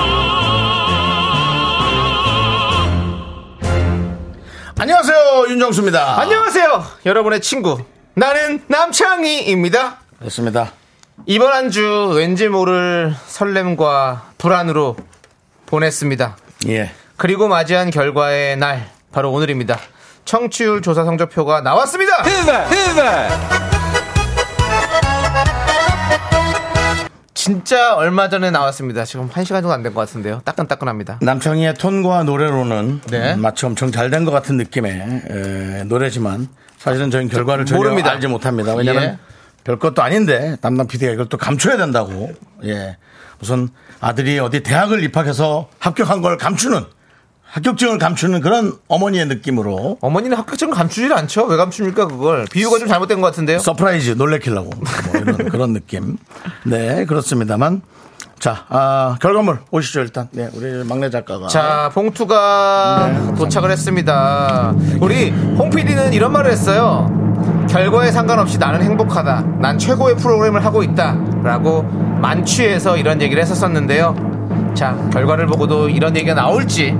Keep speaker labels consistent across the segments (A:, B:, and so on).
A: 안녕하세요 윤정수입니다.
B: 안녕하세요, 여러분의 친구. 나는 남창희입니다.
A: 그렇습니다.
B: 이번 한 주 왠지 모를 설렘과 불안으로 보냈습니다.
A: 예.
B: 그리고 맞이한 결과의 날, 바로 오늘입니다. 청취율 조사 성적표가 나왔습니다! 진짜 얼마 전에 나왔습니다. 지금 한시간 정도 안 된 것 같은데요. 따끈따끈합니다.
A: 남창희의 톤과 노래로는
B: 네.
A: 음, 마치 엄청 잘 된 것 같은 느낌의 에, 노래지만 사실은 저희는 결과를 전혀
B: 모릅니다.
A: 알지 못합니다. 왜냐하면
B: 예.
A: 별 것도 아닌데 담당 PD가 이걸 또 감춰야 된다고. 예. 무슨 아들이 어디 대학을 입학해서 합격한 걸 감추는 합격증을 감추는 그런 어머니의 느낌으로
B: 어머니는 합격증 감추질 않죠? 왜 감춥니까, 그걸? 비유가 좀 잘못된 것 같은데요?
A: 서프라이즈 놀래키려고 뭐 이런 그런 느낌. 네 그렇습니다만 자 아, 결과물 오시죠 일단. 네 우리 막내 작가가
B: 자,
A: 네,
B: 봉투가 도착을 했습니다. 우리 홍 PD는 이런 말을 했어요. 결과에 상관없이 나는 행복하다. 난 최고의 프로그램을 하고 있다. 라고 만취해서 이런 얘기를 했었었는데요. 자, 결과를 보고도 이런 얘기가 나올지,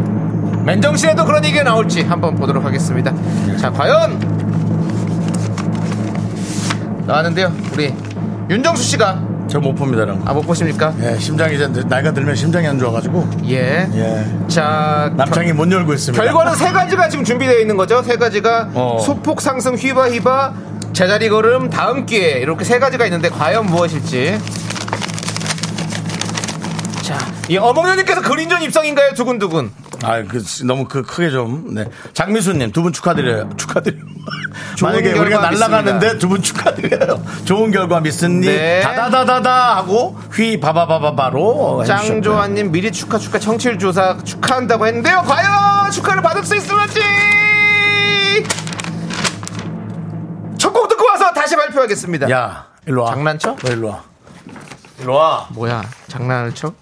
B: 맨정신에도 그런 얘기가 나올지 한번 보도록 하겠습니다. 자, 과연! 나왔는데요. 우리 윤정수 씨가,
A: 저못 봅니다 이런 거.
B: 아, 못 보십니까?
A: 예, 심장이 이제 나이가 들면 심장이 안 좋아가지고
B: 예.
A: 예
B: 자,
A: 남창이 못 열고 있습니다.
B: 결과는 세 가지가 지금 준비되어 있는 거죠. 세 가지가
A: 어.
B: 소폭 상승 휘바휘바 제자리 걸음 다음 기회 이렇게 세 가지가 있는데 과연 무엇일지. 자, 이 어몽여님께서 그린존 입성인가요? 두근두근.
A: 아, 그 너무 그 크게 좀 네. 장미수님 두 분 축하드려요. 축하드려요.
B: 좋은
A: 만약에
B: 결과
A: 우리가
B: 믿습니다.
A: 날아가는데 두 분 축하드려요. 좋은 결과 믿습니
B: 네.
A: 다다다다다 하고 휘 바바바바바로 해주셨고요.
B: 짱조아님 미리 축하 축하 청취율 조사 축하한다고 했는데요. 과연 축하를 받을 수 있을지. 첫 곡 듣고 와서 다시 발표하겠습니다.
A: 야, 일로 와.
B: 장난쳐?
A: 너 일로 와. 일로 와.
B: 뭐야 장난을 쳐?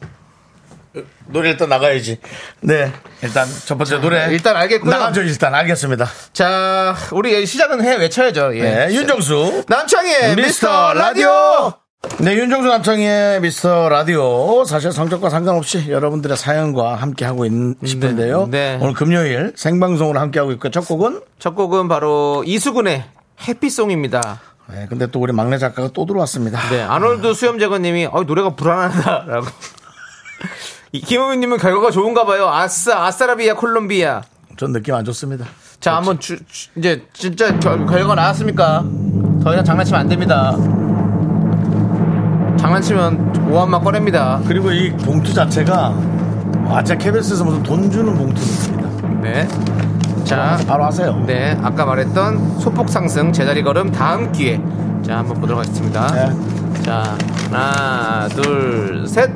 A: 노래 일단 나가야지. 네, 일단 첫 번째 노래
B: 일단 알겠고요.
A: 나가죠. 일단 알겠습니다.
B: 자, 우리 시작은 해 외쳐야죠. 예.
A: 네, 윤정수.
B: 남창희의 네, 미스터 라디오
A: 네, 윤정수 남창희의 미스터 라디오. 사실 성적과 상관없이 여러분들의 사연과 함께하고 있는 싶은데요.
B: 네.
A: 오늘 금요일 생방송으로 함께하고 있고, 첫 곡은?
B: 첫 곡은 바로 이수근의 해피송입니다
A: 네, 근데 또 우리 막내 작가가 또 들어왔습니다.
B: 네, 아놀드 수염재건님이 어, 노래가 불안하다 라고 김호민님은 결과가 좋은가 봐요 아싸 아싸라비아 콜롬비아
A: 전 느낌 안 좋습니다.
B: 자 한번 주, 주- 이제 진짜 결, 결과 나왔습니까 더 이상 장난치면 안 됩니다 장난치면 오한만 꺼냅니다
A: 그리고 이 봉투 자체가, 아, 제 KBS에서 무슨 돈 주는 봉투입니다.
B: 네. 네자
A: 바로 하세요.
B: 아. 네, 아까 말했던 소폭 상승 제자리 걸음 다음 기회. 자, 한번 보도록 하겠습니다.
A: 네.
B: 자, 하나, 둘, 셋.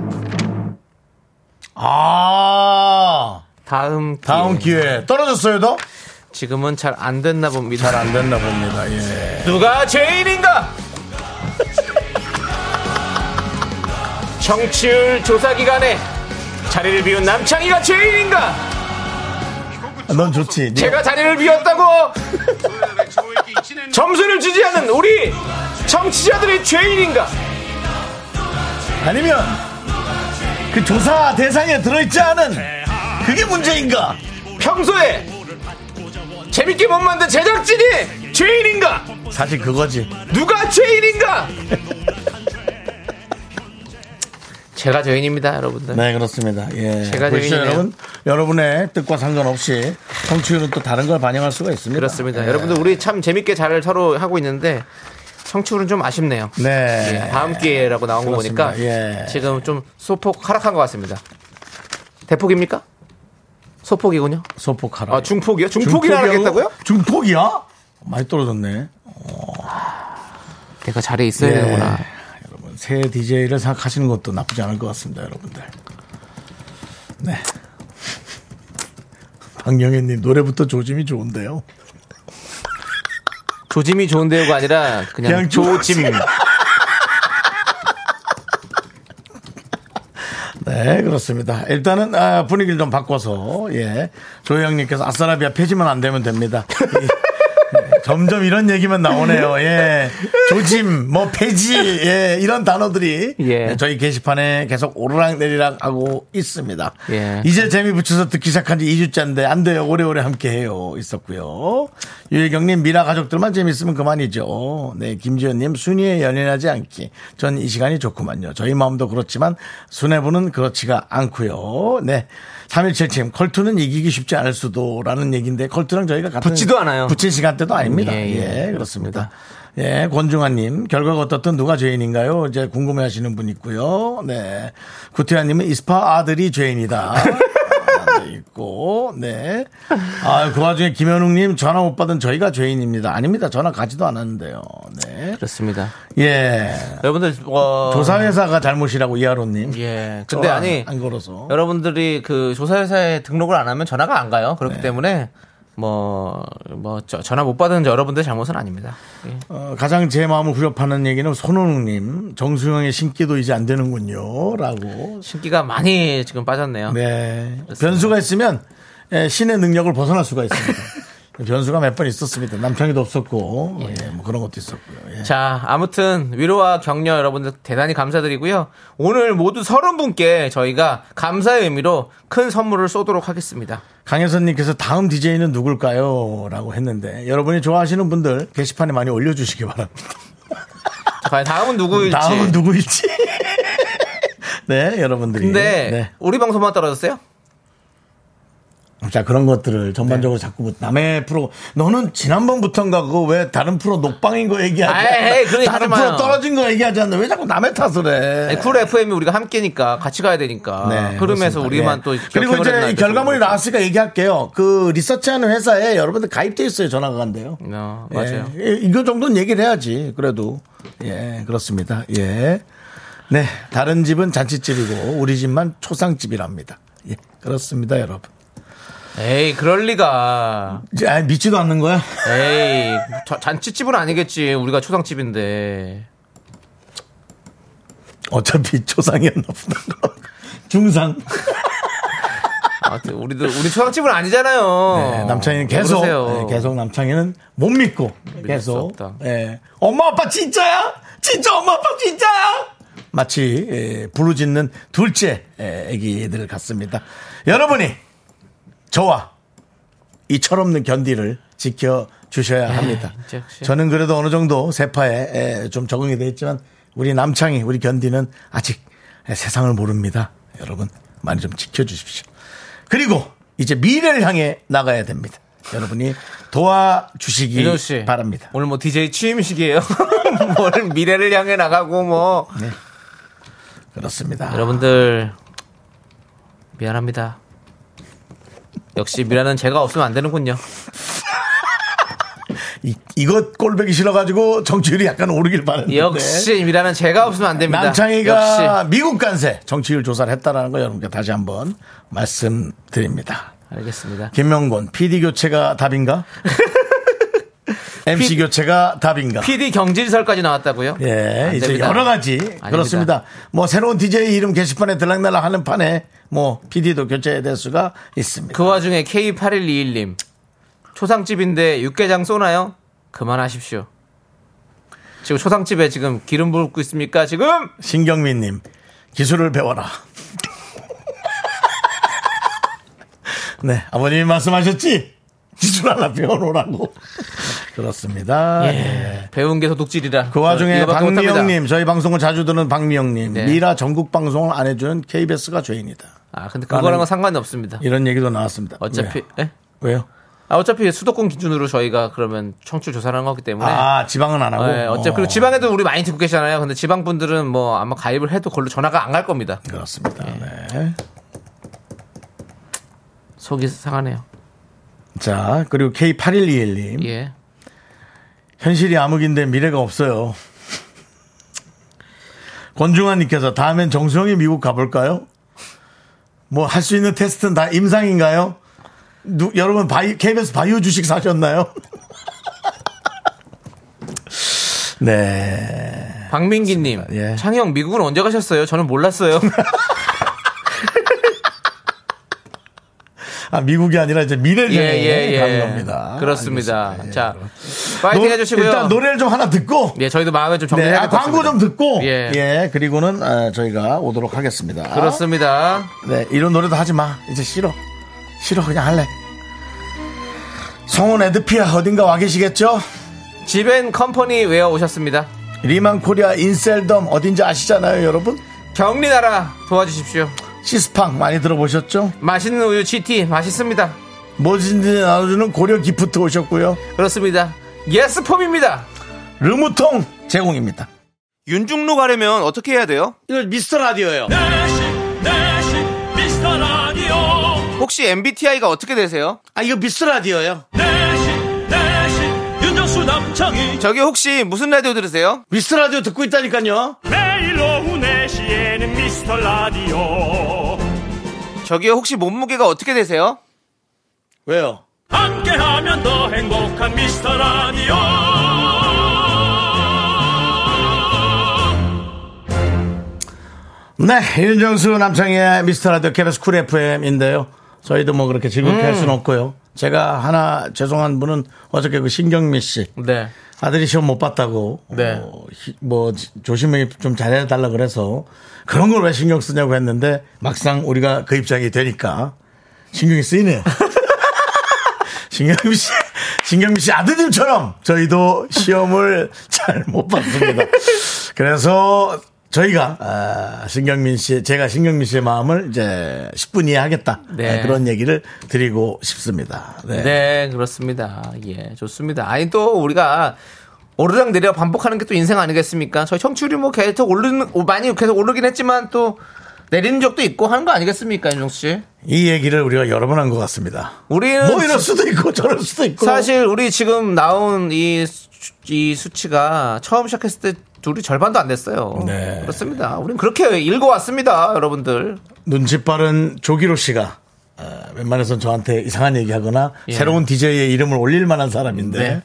A: 아,
B: 다음 기회.
A: 다음 기회. 떨어졌어요, 너?
B: 지금은 잘 안 됐나 봅니다.
A: 잘 안 됐나 봅니다, 예.
B: 누가 죄인인가? 청취율 조사 기간에 자리를 비운 남창희가 죄인인가?
A: 넌 좋지. 네.
B: 제가 자리를 비웠다고 점수를 주지 않은 우리 청취자들이 죄인인가?
A: 아니면 그 조사 대상에 들어있지 않은 그게 문제인가?
B: 평소에 재밌게 못 만든 제작진이 죄인인가?
A: 사실 그거지.
B: 누가 죄인인가? 제가 죄인입니다, 여러분들.
A: 네 그렇습니다. 예.
B: 제가
A: 보십시오,
B: 죄인이네요.
A: 여러분 여러분의 뜻과 상관없이 청취율은 또 다른 걸 반영할 수가 있습니다.
B: 그렇습니다.
A: 예.
B: 여러분들 우리 참 재밌게 잘 서로 하고 있는데 청취율은 좀 아쉽네요.
A: 네
B: 예, 다음 기회라고 나온
A: 그렇습니다.
B: 거 보니까
A: 예.
B: 지금 좀 소폭 하락한 것 같습니다. 대폭입니까? 소폭이군요.
A: 소폭하라.
B: 아, 중폭이요? 중폭이라 하겠다고요?
A: 중폭이야? 많이 떨어졌네.
B: 내가 자리에 있어야 되는구나.
A: 예. 여러분 새 DJ를 생각하시는 것도 나쁘지 않을 것 같습니다, 여러분들. 네. 박영애님 노래부터 조짐이 좋은데요.
B: 조짐이 좋은 대우가 아니라 그냥,
A: 그냥
B: 조짐.
A: 네, 그렇습니다. 일단은 아, 분위기를 좀 바꿔서 예. 조혜영님께서 아싸라비아 폐지만 안 되면 됩니다. 이, 예, 점점 이런 얘기만 나오네요. 예, 조짐, 뭐 폐지, 예, 이런 단어들이
B: 예.
A: 네, 저희 게시판에 계속 오르락 내리락 하고 있습니다.
B: 예.
A: 이제 재미 붙여서 듣기 시작한 지 2주째인데 안 돼요. 오래오래 함께해요. 있었고요. 유혜경님 미라 가족들만 재밌으면 그만이죠. 네, 김지현님 순위에 연연하지 않기. 전 이 시간이 좋구만요. 저희 마음도 그렇지만 순애부는 그렇지가 않고요. 네, 3177님 컬투는 이기기 쉽지 않을 수도라는 얘기인데 컬투랑 저희가 같은
B: 붙지도 않아요.
A: 붙인 시간대도 아닙니다.
B: 예, 예.
A: 예, 그렇습니다. 예, 권중환님 결과가 어떻든 누가 죄인인가요? 이제 궁금해하시는 분 있고요. 네, 구태환님은 이스파 아들이 죄인이다. 아, 네, 있고, 네. 아, 그 와중에 김현웅님 전화 못 받은 저희가 죄인입니다. 아닙니다. 전화 가지도 않았는데요. 네.
B: 그렇습니다.
A: 예.
B: 여러분들 어,
A: 조사회사가 잘못이라고 이하로님.
B: 예. 근데
A: 전화 안-
B: 아니
A: 안 걸어서.
B: 여러분들이 그 조사회사에 등록을 안 하면 전화가 안 가요.
A: 네.
B: 그렇기 때문에 뭐, 뭐, 저- 전화 못 받은 여러분들 잘못은 아닙니다. 예.
A: 어, 가장 제 마음을 후렵하는 얘기는 손호웅님 정수영의 신기도 이제 안 되는군요라고
B: 신기가 많이 지금 빠졌네요.
A: 네. 변수가 있으면 예, 신의 능력을 벗어날 수가 있습니다. 변수가 몇 번 있었습니다. 남편이도 없었고 예, 뭐 그런 것도 있었고요. 예.
B: 자, 아무튼 위로와 격려 여러분들 대단히 감사드리고요. 오늘 모두 서른 분께 저희가 감사의 의미로 큰 선물을 쏘도록 하겠습니다.
A: 강혜선님께서 다음 DJ는 누굴까요? 라고 했는데 여러분이 좋아하시는 분들 게시판에 많이 올려주시기 바랍니다.
B: 자, 과연 다음은 누구일지.
A: 다음은 누구일지. 네, 여러분들이.
B: 근데 우리 방송만 떨어졌어요?
A: 네. 자, 그런 것들을
B: 네.
A: 전반적으로 자꾸 뭐 남의 프로, 너는 지난번부터인가 그거 왜 다른 프로 녹방인 거 얘기하지?
B: 아이,
A: 않나?
B: 에이, 그런 얘기
A: 다른
B: 하지 마요.
A: 프로 떨어진 거 얘기하지 않나? 왜 자꾸 남의 탓을 해?
B: 아니, 쿨 FM이 우리가 함께니까 같이 가야 되니까 아, 흐름에서
A: 네, 그렇습니다.
B: 우리만
A: 예.
B: 또
A: 그리고
B: 격려를 했나
A: 이제 이
B: 이렇게
A: 결과물이
B: 생각해요.
A: 나왔으니까 얘기할게요. 그 리서치하는 회사에 여러분들 가입돼 있어요. 전화가 간대요.
B: 어, 맞아요.
A: 예. 이- 이거 정도는 얘기를 해야지. 그래도 예 그렇습니다. 예. 네 다른 집은 잔치집이고 우리 집만 초상집이랍니다. 예 그렇습니다, 여러분.
B: 에이 그럴 리가.
A: 이제 아예 믿지도 않는 거야?
B: 에이 저- 잔치집은 아니겠지. 우리가 초상집인데.
A: 어차피 초상이었나 보다. 중상.
B: 아무튼 우리도 우리 초상집은 아니잖아요.
A: 네, 남창이는 계속
B: 그러세요.
A: 네, 계속 남창이는 못 믿고
B: 수
A: 계속
B: 없다.
A: 예, 엄마 아빠 진짜야? 진짜 엄마 아빠 진짜야? 마치 예, 부르짖는 둘째 예, 애기들 같습니다. 여러분이 저와 이 철없는 견디를 지켜 주셔야 합니다.
B: 네, 진짜 역시.
A: 저는 그래도 어느 정도 세파에 예, 좀 적응이 돼 있지만 우리 남창이 우리 견디는 아직 예, 세상을 모릅니다. 여러분 많이 좀 지켜 주십시오. 그리고 이제 미래를 향해 나가야 됩니다. 여러분이
B: 민호
A: 도와주시기
B: 씨
A: 바랍니다.
B: 오늘 뭐 DJ 취임식이에요. 뭘 미래를 향해 나가고 뭐
A: 그렇습니다.
B: 여러분들 미안합니다. 역시 미라는 제가 없으면 안 되는군요.
A: 이, 이것 꼴보기 싫어가지고 정치율이 약간 오르길 바랐는데
B: 역시 미라는 제가 없으면 안 됩니다.
A: 네. 남창희가
B: 역시
A: 미국 간세 정치율 조사를 했다라는 거 여러분께 다시 한번 말씀드립니다.
B: 알겠습니다.
A: 김명곤 PD 교체가 답인가? MC
B: P-
A: 교체가 답인가?
B: PD 경질설까지 나왔다고요?
A: 예,
B: 안
A: 이제
B: 됩니다.
A: 여러 가지
B: 아닙니다.
A: 그렇습니다. 뭐 새로운 DJ 이름 게시판에 들락날락 하는 판에 뭐 PD도 교체될 수가 있습니다.
B: 그 와중에 K8121님 초상집인데 육개장 쏘나요? 그만하십시오. 지금 초상집에 지금 기름 붓고 있습니까? 지금
A: 신경민님 기술을 배워라. 네, 아버님이 말씀하셨지? 기술 하나 배워놓으라고. 그렇습니다.
B: 예.
A: 네.
B: 배운 게 도둑질이라.
A: 그 와중에
B: 이거밖에 못합니다.
A: 박미영님 저희 방송을 자주 듣는 박미영님
B: 네.
A: 미라 전국 방송을 안 해주는 KBS가 죄인이다.
B: 아 근데 그거랑은
A: 나는-
B: 상관이 없습니다.
A: 이런 얘기도 나왔습니다.
B: 어차피 예?
A: 왜? 요
B: 아 어차피 수도권 기준으로 저희가 그러면 청취 조사를 한 거기 때문에
A: 아 지방은 안 하고.
B: 예, 네. 어차피
A: 어,
B: 그리고 지방에도 우리 많이 듣고 계시잖아요. 근데 지방 분들은 뭐 아마 가입을 해도 걸로 전화가 안 갈 겁니다.
A: 그렇습니다. 네.
B: 속이 상하네요.
A: 자 그리고 K8121님
B: 예.
A: 현실이 암흑인데 미래가 없어요. 권중환님께서 다음엔 정수영이 미국 가볼까요? 뭐 할 수 있는 테스트는 다 임상인가요? 누- 여러분 바이, KBS 바이오 주식 사셨나요? 네.
B: 박민기님,
A: 예.
B: 창형 미국은 언제 가셨어요? 저는 몰랐어요.
A: 아, 미국이 아니라 이제 미래전에
B: 예예예.
A: 가는 겁니다.
B: 그렇습니다.
A: 네, 알겠습니다. 예.
B: 자,
A: 노-
B: 파이팅 해주시고요.
A: 일단 노래를 좀 하나 듣고
B: 예, 저희도 마음을 좀
A: 네,
B: 정리해야
A: 아,
B: 될 것
A: 광고
B: 같습니다.
A: 좀 듣고 예,
B: 예.
A: 그리고는 아, 저희가 오도록 하겠습니다.
B: 그렇습니다.
A: 네, 이런 노래도 하지 마. 이제 싫어. 싫어 그냥 할래. 성훈 에드피아 어딘가 와 계시겠죠?
B: 지벤 컴퍼니 웨어 오셨습니다.
A: 리만 코리아 인셀덤 어딘지 아시잖아요, 여러분?
B: 격리 나라 도와주십시오.
A: 시스팡 많이 들어보셨죠?
B: 맛있는 우유 GT 맛있습니다.
A: 뭐든지 나눠주는 고려 기프트 오셨고요.
B: 그렇습니다. 예스폼입니다.
A: 르무통 제공입니다.
C: 윤중로 가려면 어떻게 해야 돼요?
A: 이거 미스터 라디오예요.
D: 네 내시 네 내시 미스터 라디오
C: 혹시 MBTI가 어떻게 되세요?
A: 아 이거 미스터 라디오예요.
D: 네 내시 내시 윤정수 남창희
C: 아, 저기 혹시 무슨 라디오 들으세요?
A: 미스터 라디오 듣고 있다니까요.
D: 매일 오후 4시에는 미스터 라디오
C: 저기 혹시 몸무게가 어떻게 되세요?
A: 왜요?
D: 함께하면 더 행복한 미스터 라디오
A: 네, 윤정수 남창의 미스터 라디오 KBS 쿨 FM인데요. 저희도 뭐 그렇게 즐겁게 할 수는 없고요. 제가 하나 죄송한 분은 어저께 그 신경미 씨
B: 네.
A: 아들이 시험 못 봤다고
B: 네.
A: 어, 히- 뭐 지- 조심히 좀 잘해달라 그래서 그런 걸 왜 신경 쓰냐고 했는데 막상 우리가 그 입장이 되니까 신경이 쓰이네요. 신경미 씨, 신경미 씨 아드님처럼 저희도 시험을 잘 못 봤습니다. 그래서 저희가 아, 신경민 씨, 제가 신경민 씨의 마음을 이제 10분 이해하겠다
B: 네.
A: 네, 그런 얘기를 드리고 싶습니다. 네.
B: 네, 그렇습니다. 예, 좋습니다. 아니, 또 우리가 오르락 내려 반복하는 게 또 인생 아니겠습니까? 저희 청취율이 뭐 계속 오르는, 오, 많이 계속 오르긴 했지만 또 내리는 적도 있고 하는 거 아니겠습니까, 윤정수 씨?
A: 이 얘기를 우리가 여러 번 한 것 같습니다.
B: 우리는
A: 뭐 이럴 수도 있고 저럴 수도 있고
B: 사실 우리 지금 나온 이, 수- 이 수치가 처음 시작했을 때 둘이 절반도 안 됐어요.
A: 네.
B: 그렇습니다. 우린 그렇게 읽어왔습니다, 여러분들.
A: 눈치 빠른 조기로 씨가 어, 웬만해선 저한테 이상한 얘기하거나
B: 예.
A: 새로운 DJ의 이름을 올릴 만한 사람인데
B: 네.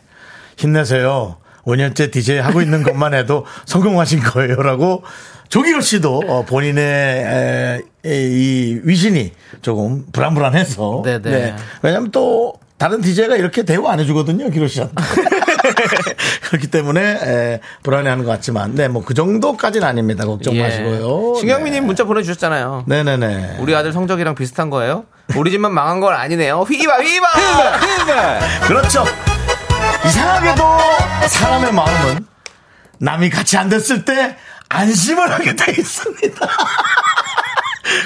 A: 힘내세요. 5년째 DJ 하고 있는 것만 해도 성공하신 거예요라고 조기로 씨도 어, 본인의 에, 에, 이 위신이 조금 불안불안해서
B: 네네.
A: 왜냐면 또 다른 DJ가 이렇게 대우 안 해주거든요, 기로 씨한테. 그렇기 때문에 에, 불안해하는 것 같지만, 네, 뭐 그 정도까지는 아닙니다. 걱정
B: 예.
A: 마시고요. 네.
B: 신경민님 문자 보내주셨잖아요.
A: 네네네.
B: 우리 아들 성적이랑 비슷한 거예요? 우리 집만 망한 건 아니네요. 휘바 휘바.
A: 그렇죠. 이상하게도 사람의 마음은 남이 같이 안 됐을 때 안심을 하게 돼 있습니다.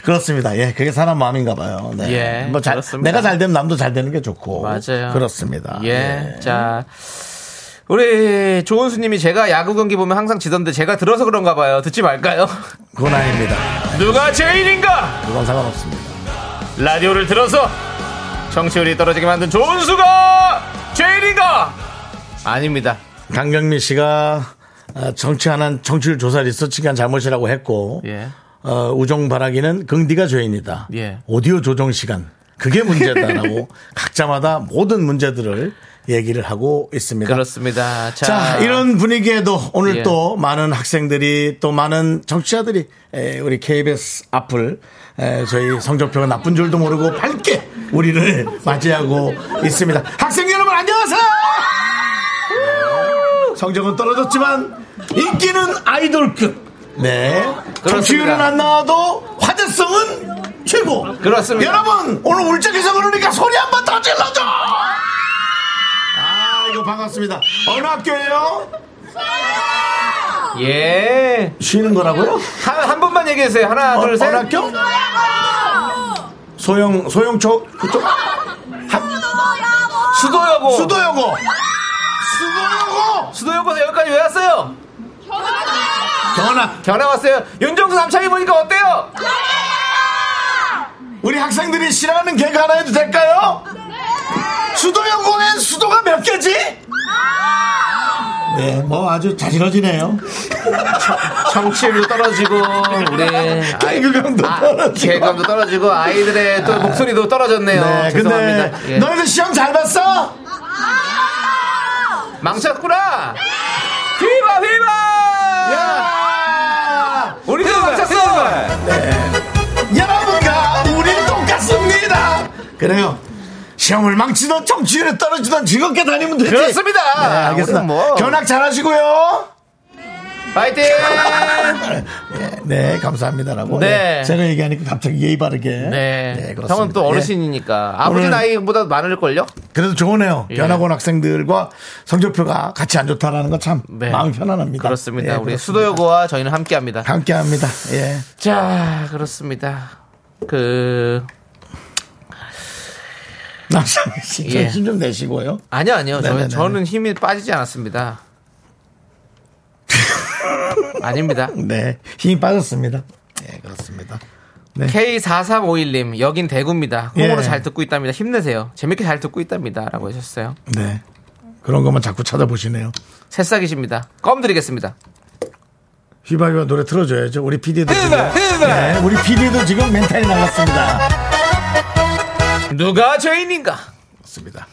A: 그렇습니다. 예, 그게 사람 마음인가 봐요. 네.
B: 예,
A: 뭐 잘,
B: 그렇습니다.
A: 내가 잘 되면 남도 잘 되는 게 좋고.
B: 맞아요.
A: 그렇습니다.
B: 예. 자. 우리 조은수님이 제가 야구 경기 보면 항상 지던데 제가 들어서 그런가 봐요. 듣지 말까요?
A: 그건 아닙니다.
B: 누가 제일인가?
A: 그건 상관없습니다.
B: 라디오를 들어서 청취율이 떨어지게 만든 조은수가 제일인가? 아닙니다.
A: 강경민 씨가 어, 정치 하는 정치율 조사 리서치 기간 잘못이라고 했고.
B: 예.
A: 어, 우정 바라기는 긍디가 죄인이다.
B: 예.
A: 오디오 조정 시간. 그게 문제다라고 각자마다 모든 문제들을 얘기를 하고 있습니다.
B: 그렇습니다. 자,
A: 자, 이런 분위기에도 오늘
B: 예.
A: 또 많은 학생들이 또 많은 정치자들이 에, 우리 KBS 앞을 에, 저희 성적표가 나쁜 줄도 모르고 밝게 우리를 맞이하고 있습니다. 학생 여러분 안녕하세요. 성적은 떨어졌지만 인기는 아이돌급. 네. 정치율은 안 나와도 화제성은 최고.
B: 그렇습니다.
A: 여러분 오늘 울적해서 그러니까 소리 한 번 더 질러줘. 아 이거 반갑습니다. 어느 학교예요?
B: 예.
A: 쉬는 거라고요?
B: 한, 한 번만 얘기해주세요. 하나,
A: 어,
B: 둘, 셋.
A: 어느 학교? 소영 소영 쪽 그쪽 학-
B: 수도여고.
A: 수도여고 수도여고
B: 수도여고에서 여기까지 왜 왔어요?
A: 경원아
B: 견해 왔어요. 윤정수 남창이 보니까 어때요?
A: 우리 학생들이 싫어하는 개그 하나 해도 될까요? 수도여고엔 수도가 몇 개지? 네, 뭐 아주 자지러지네요.
B: 정치율도 떨어지고 네. 우리 아이-
A: 개그감도
B: 아,
A: 떨어지고.
B: 개감도 떨어지고 아이들의 또 목소리도 떨어졌네요.
A: 네,
B: 죄송합니다.
A: 근데
B: 예.
A: 너희들 시험 잘 봤어?
B: 망쳤구나.
C: 휘바
A: 예.
C: 휘바!
A: 야!
B: 우리 도 맞췄어!
A: 여러분과 우린 똑같습니다. 그래요. 시험을 망치던 정치율에 떨어지던 즐겁게 다니면 되지.
B: 그렇습니다!
A: 네, 알겠습니다.
B: 우리는 뭐.
A: 견학 잘하시고요.
B: 파이팅!
A: 네, 네, 감사합니다라고.
B: 네.
A: 네, 제가 얘기하니까 갑자기 예의 바르게.
B: 네.
A: 그렇습니다. 예.
B: 형은 또 어르신이니까. 아버지
A: 오늘-
B: 나이보다 많을걸요?
A: 예, 그래도 좋으네요.
B: 예.
A: 변학원 학생들과 성적표가 같이 안 좋다라는 건 참
B: 네.
A: 마음이 편안합니다. 예,
B: 그렇습니다. 우리
A: 그렇습니다.
B: 수도여고와 저희는 함께 합니다.
A: 함께 합니다. 예.
B: 자, 그렇습니다. 그,
A: 남창희 씨,
B: 예.
A: 정신 좀 내시고요.
B: 아니요, 아니요.
A: 네네네.
B: 저는, 저는 힘이 빠지지 않았습니다. 아닙니다.
A: 네. 힘이 빠졌습니다. 예, 그렇습니다.
B: K4351님, 여긴 대구입니다.
A: 예.
B: 홍으로 잘 듣고 있답니다. 힘내세요. 재밌게 잘 듣고 있답니다. 라고 하셨어요.
A: 네. 그런 것만 자꾸 찾아보시네요.
B: 새싹이십니다. 껌 드리겠습니다.
A: 휘바휘바 노래 틀어줘야죠. 우리 PD도. 네,
B: 휘바, 휘바.
A: 우리 PD도 지금 멘탈이 나갔습니다.
B: 누가 죄인인가?
A: 그렇습니다.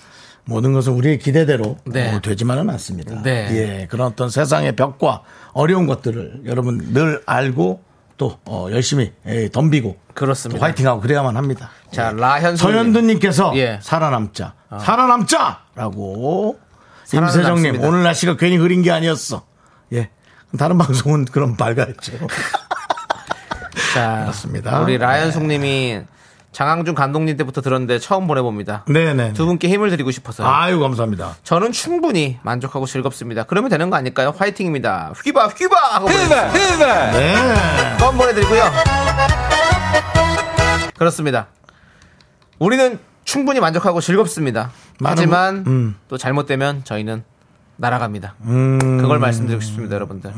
A: 모든 것은 우리의 기대대로
B: 네.
A: 어, 되지만은 않습니다.
B: 네.
A: 예, 그런 어떤 세상의 벽과 어려운 것들을 여러분 늘 알고 또 어, 열심히 예, 덤비고 또
B: 그렇습니다.
A: 화이팅하고 그래야만 합니다.
B: 자, 라현수.
A: 예. 서현두님께서
B: 예.
A: 살아남자, 살아남자라고
B: 살아남습니다.
A: 임세정님 오늘 날씨가 괜히 흐린 게 아니었어. 예, 다른 방송은 그럼 밝아했죠.
B: 자,
A: 그렇습니다. 예.
B: 우리 라현숙님이 장항준 감독님 때부터 들었는데 처음 보내봅니다.
A: 네네.
B: 두 분께 힘을 드리고 싶어서요.
A: 아유 감사합니다.
B: 저는 충분히 만족하고 즐겁습니다. 그러면 되는 거 아닐까요? 화이팅입니다. 휘바 휘바 하고 보내주세요.
A: 네.
B: 껌 보내드리고요. 그렇습니다. 우리는 충분히 만족하고 즐겁습니다.
A: 많은
B: 하지만
A: 분- 음.
B: 또 잘못되면 저희는 날아갑니다. 그걸 말씀드리고 싶습니다, 여러분들.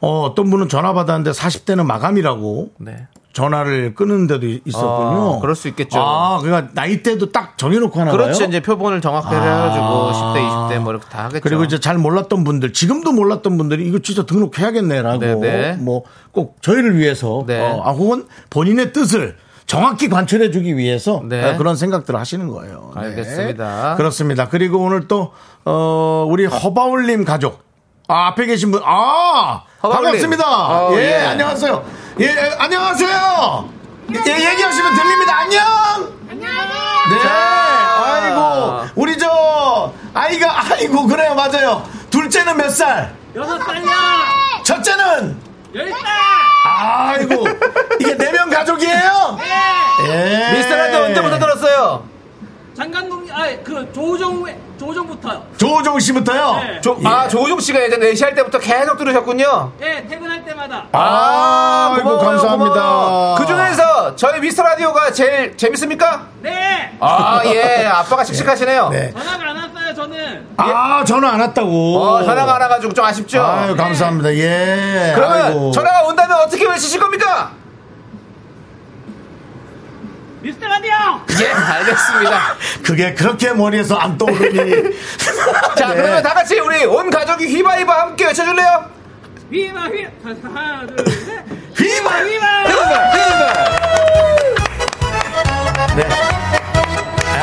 A: 어, 어떤 분은 전화 받았는데 40대는 마감이라고
B: 네.
A: 전화를 끊는 데도 이- 있었군요.
B: 아, 그럴 수 있겠죠.
A: 아, 그러니까 나이대도 딱 정해놓고 하나 봐요.
B: 그렇죠. 이제 표본을 정확하게 해가지고 10대, 20대 뭐 이렇게 다 하겠죠.
A: 아. 그리고 이제 잘 몰랐던 분들, 지금도 몰랐던 분들이 이거 진짜 등록해야겠네라고
B: 네네.
A: 뭐 꼭 저희를 위해서
B: 네.
A: 어, 아, 혹은 본인의 뜻을 정확히 관철해주기 위해서
B: 네.
A: 어, 그런 생각들을 하시는 거예요. 네.
B: 알겠습니다.
A: 그렇습니다. 그리고 오늘 또 어, 우리 허바울님 가족 아, 앞에 계신 분, 아
B: 허바울님.
A: 반갑습니다.
B: 어,
A: 예,
B: 예.
A: 안녕하세요. 예, 예, 안녕하세요. 예, 얘기하시면 들립니다. 안녕. 네. 아이고, 우리 저 아이가 아이고 그래요, 맞아요. 둘째는 몇 살?
D: 여섯 살이야
A: 첫째는
D: 열 살.
A: 아이고 이게 네 명 가족이에요? 예.
B: 네. 미스터라디오 언제부터 들었어요?
D: 장관동 아그 조정 조정부터요
A: 조종 씨부터요.
D: 네.
B: 조,
A: 예.
B: 아, 조우종 씨가 예전 4시 할 때부터 계속 들으셨군요.
D: 예 퇴근할 때마다
A: 아, 이고 감사합니다.
B: 아, 그 중에서 저희 미스터 라디오가 제일 재밌습니까?
D: 네
B: 아, 예. 아빠가 씩씩하시네요.
A: 네.
D: 전화가 안 왔어요 저는
A: 아, 전화 안 왔다고.
B: 어, 전화가 안 와가지고 좀 아쉽죠? 네.
A: 아유, 감사합니다. 예.
B: 그러면
A: 아이고.
B: 전화가 온다면 어떻게 외치실 겁니까?
D: 미스터 라디오
B: 예, 알겠습니다.
A: 그게 그렇게 머리에서 안 떠오르니.
B: 자,
A: 네.
B: 그러면 다 같이 우리 온 가족이 휘바휘바 함께 외쳐줄래요?
D: 휘바 휘 하나 둘셋
A: 휘발!
D: 휘바
B: 휘바, 휘바.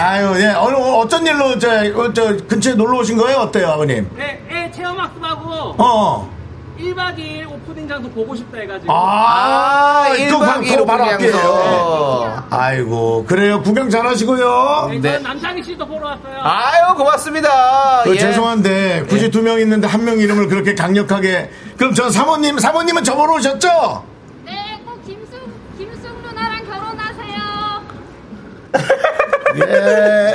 A: 아유, 예. 어느, 어쩐 일로, 저, 어, 저, 근처에 놀러 오신 거예요? 어때요, 아버님?
D: 네애 예, 체험 학습하고
A: 어.
D: 1박 2일 오프닝 장소 보고 싶다 해가지고
A: 아,
B: 아,
A: 이거
B: 1박
A: 바로,
B: 2일
A: 또 바로 앞이에요.
B: 오프닝에서.
A: 아이고, 그래요. 구경 잘 하시고요.
D: 네,
B: 네.
D: 저는 남창희 씨도 보러 왔어요
B: 아유, 고맙습니다.
A: 그
B: 예.
A: 죄송한데, 굳이 두 명 있는데 한 명 이름을 그렇게 강력하게. 그럼 전 사모님, 사모님은 저보러 오셨죠?
E: 네, 꼭 김숙 김숙 누나랑 결혼하세요.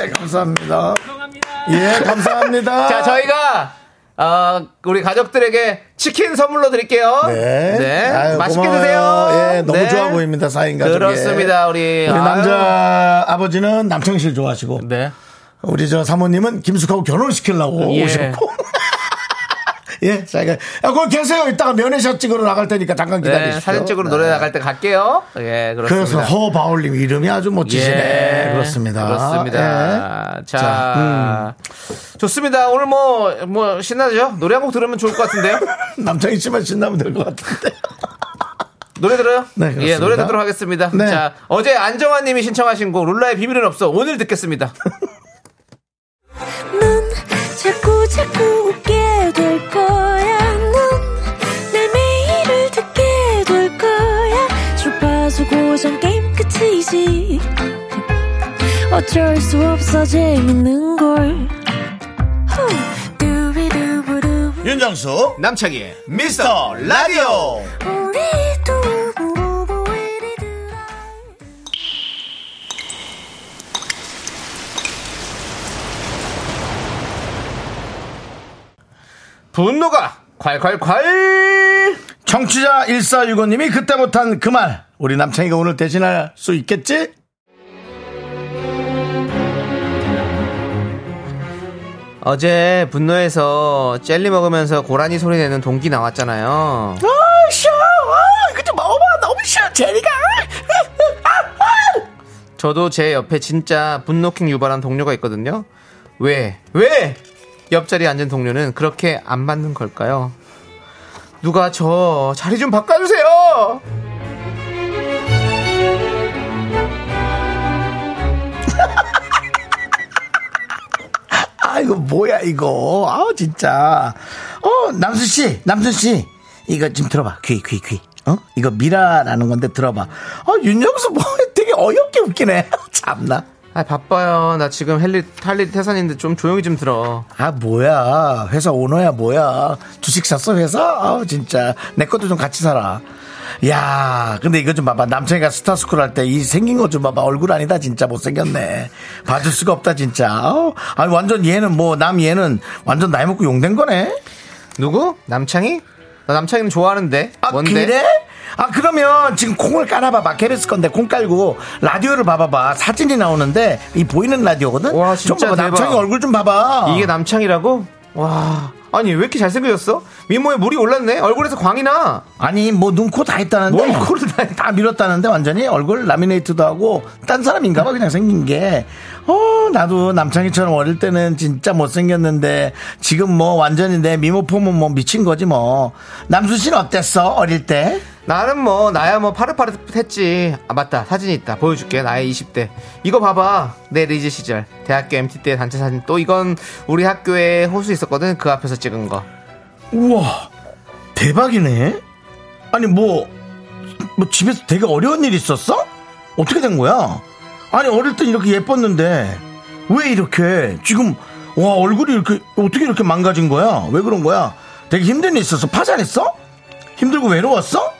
A: 예, 감사합니다.
D: 죄송합니다
A: 예, 감사합니다.
B: 자, 저희가 어, 우리 가족들에게 치킨 선물로 드릴게요.
A: 네.
B: 네.
A: 아유,
B: 맛있게
A: 고마워요.
B: 드세요.
A: 예, 너무
B: 네.
A: 좋아 보입니다, 4인 가족.
B: 그렇습니다, 우리. 아유.
A: 남자 아버지는 남창실 좋아하시고.
B: 네.
A: 우리 저 사모님은 김숙하고 결혼시키려고
B: 예.
A: 오셨고. 예, 자기가. 아, 거기 계세요. 이따가 면회샷 찍으러 나갈 테니까 잠깐 기다리시죠.
B: 네, 사진 찍으러 노래 나갈 때 갈게요. 예,
A: 그래서
B: 그렇습니다.
A: 허바울님 이름이 아주 멋지시네.
B: 예,
A: 그렇습니다.
B: 그렇습니다. 자, 음.
A: 자,
B: 좋습니다. 오늘 뭐, 뭐, 신나죠? 노래 한 곡 들으면 좋을 것 같은데요?
A: 예. 남창희 씨만 신나면 될 것 같은데.
B: 노래 들어요?
A: 네, 그렇습니다.
B: 예, 노래 듣도록 하겠습니다.
A: 네.
B: 자, 어제 안정환 님이 신청하신 곡, 룰라의 비밀은 없어. 오늘 듣겠습니다.
F: 넌 자꾸 자꾸 웃게 될 거야. 넌내 매일을 듣게 될 거야. 주파수 고정 게임 끝이지. 어쩔 수 없어 재밌는 걸. 후. 두비두부두부.
A: 윤정수
B: 남창희의 미스터 라디오
F: 우리 두부부부 우리 두부.
B: 분노가 콸콸콸
A: 청취자 1465님이 그때 못한 그 말 우리 남창이가 오늘 대신할 수 있겠지?
B: 어제 분노해서 젤리 먹으면서 고라니 소리 내는 동기 나왔잖아요 어,
A: 그때 먹어봐 너무 싫어 제리가
B: 저도 제 옆에 진짜 분노킹 유발한 동료가 있거든요 왜? 왜? 옆자리에 앉은 동료는 그렇게 안 맞는 걸까요? 누가 저 자리 좀 바꿔주세요
A: 아 이거 뭐야 이거 아 진짜 어 남순 씨 남순 씨 이거 좀 들어봐 귀 귀 귀 어? 이거 미라라는 건데 들어봐 아 윤정수 뭐 되게 어이없게 웃기네 참나
B: 아 바빠요 나 지금 할일 할일 태산인데 좀 조용히 좀 들어
A: 아 뭐야 회사 오너야 뭐야 주식 샀어 회사 아우 진짜 내 것도 좀 같이 사라 야 근데 이거 좀 봐봐 남창이가 스타스쿨 할 때 이 생긴 거 좀 봐봐 얼굴 아니다 진짜 못생겼네 봐줄 수가 없다 진짜 아우 아니 완전 얘는 뭐 남 얘는 완전 나이 먹고 용된 거네
B: 누구? 남창희? 나 남창희는 좋아하는데
A: 아
B: 뭔데?
A: 그래? 아 그러면 지금 콩을 깔아봐봐 KBS 건데 콩 깔고 라디오를 봐봐봐 사진이 나오는데 이 보이는 라디오거든
B: 와,
A: 좀
B: 진짜
A: 봐봐 남창이
B: 대박.
A: 얼굴 좀 봐봐
B: 이게 남창이라고? 와 아니 왜 이렇게 잘생겨졌어? 미모에 물이 올랐네 얼굴에서 광이 나
A: 아니 뭐 눈 코 다 했다는데
B: 뭔 코를 다 했-
A: 다 밀었다는데 완전히 얼굴 라미네이트도 하고 딴 사람인가 봐 그냥 생긴 게 어, 나도 남창희처럼 어릴 때는 진짜 못생겼는데 지금 뭐 완전히 내 미모 폼은 뭐 미친 거지 뭐 남순 씨는 어땠어 어릴 때?
B: 나는 뭐 나야 뭐 파릇파릇했지 아 맞다 사진이 있다 보여줄게 나의 20대 이거 봐봐 내 리즈 시절 대학교 MT 때 단체 사진 또 이건 우리 학교에 호수 있었거든 그 앞에서 찍은 거
A: 우와 대박이네 아니 뭐 뭐 집에서 되게 어려운 일 있었어? 어떻게 된 거야? 아니 어릴 땐 이렇게 예뻤는데 왜 이렇게 지금 와 얼굴이 이렇게 어떻게 이렇게 망가진 거야? 왜 그런 거야? 되게 힘든 일 있었어? 파산했어? 힘들고 외로웠어?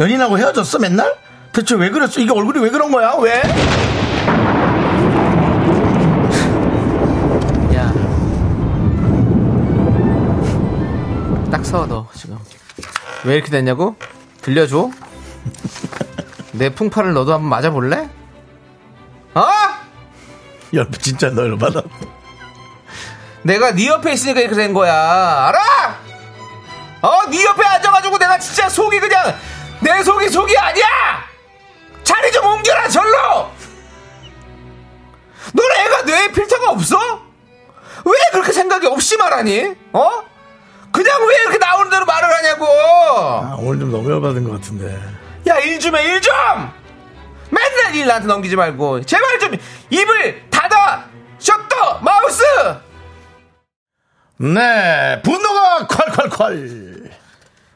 A: 연인하고 헤어졌어 맨날? 대체 왜 그랬어? 이게 얼굴이 왜 그런 거야? 왜?
B: 딱 서 너 지금 왜 이렇게 됐냐고? 들려줘? 내 풍파를 너도 한번 맞아볼래? 어?
A: 야 진짜 너 열받아
B: 내가 네 옆에 있으니까 이렇게 된 거야 알아? 어? 네 옆에 앉아가지고 내가 진짜 속이 그냥 내 속이 속이 아니야! 자리 좀 옮겨라 절로! 너 애가 뇌에 필터가 없어? 왜 그렇게 생각이 없이 말하니? 어? 그냥 왜 이렇게 나오는 대로 말을 하냐고!
A: 아, 오늘 좀 너무 열받은 것 같은데
B: 야, 일 좀 해, 일 좀! 맨날 일 나한테 넘기지 말고, 제발 좀 입을 닫아! 셔터 마우스!
A: 네 분노가 콸콸콸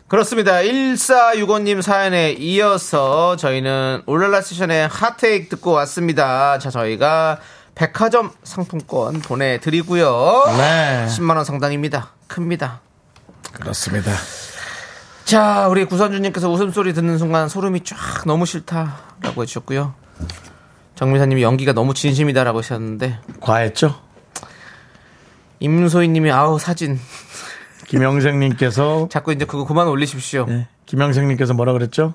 B: 그렇습니다. 1465님 사연에 이어서 저희는 올랄라 세션의 핫테이크 듣고 왔습니다. 자, 저희가 백화점 상품권 보내드리고요.
A: 네.
B: 10만원 상당입니다. 큽니다.
A: 그렇습니다.
B: 자, 우리 구선주님께서 웃음소리 듣는 순간 소름이 쫙 너무 싫다라고 해주셨고요. 정미사님이 연기가 너무 진심이다라고 하셨는데,
A: 과했죠?
B: 임소희님이 아우 사진
A: 김영생님께서
B: 자꾸 이제 그거 그만 올리십시오.
A: 네, 김영생님께서 뭐라 그랬죠?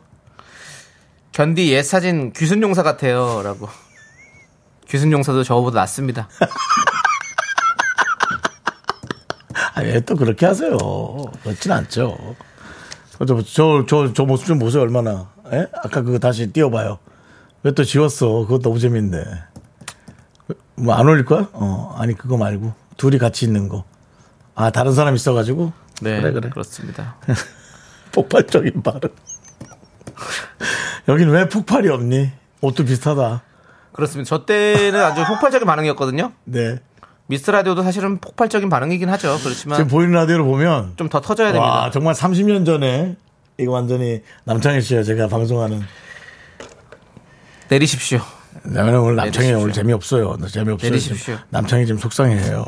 B: 견디 옛 사진 귀순용사 같아요라고. 귀순용사도 저보다 낫습니다.
A: 아왜 또 그렇게 하세요? 그렇진 않죠. 저저저 저, 저- 저 모습 좀 보세요 얼마나. 예? 아까 그거 다시 띄워봐요. 왜 또 지웠어? 그거 너무 재밌는데. 뭐 안 올릴 거야? 어 아니 그거 말고 둘이 같이 있는 거. 아 다른 사람 있어가지고.
B: 네,
A: 그래 그래.
B: 그렇습니다
A: 폭발적인 발언. 여긴 왜 폭발이 없니? 옷도 비슷하다.
B: 그렇습니다. 저 때는 아주 폭발적인 반응이었거든요.
A: 네.
B: 미스 라디오도 사실은 폭발적인 반응이긴 하죠.
A: 지금
B: 그렇지만
A: 보이는 라디오를 보면
B: 좀 더 터져야 됩니다.
A: 와 정말 30년 전에 이거 완전히 남창희 씨와 제가 방송하는 어,
B: 내리십시오.
A: 네. 왜냐면 오늘 남창희
B: 내리십시오.
A: 오늘 재미없어요. 나 재미없어요.
B: 내리십시오.
A: 지금. 남창희 지금 속상해요.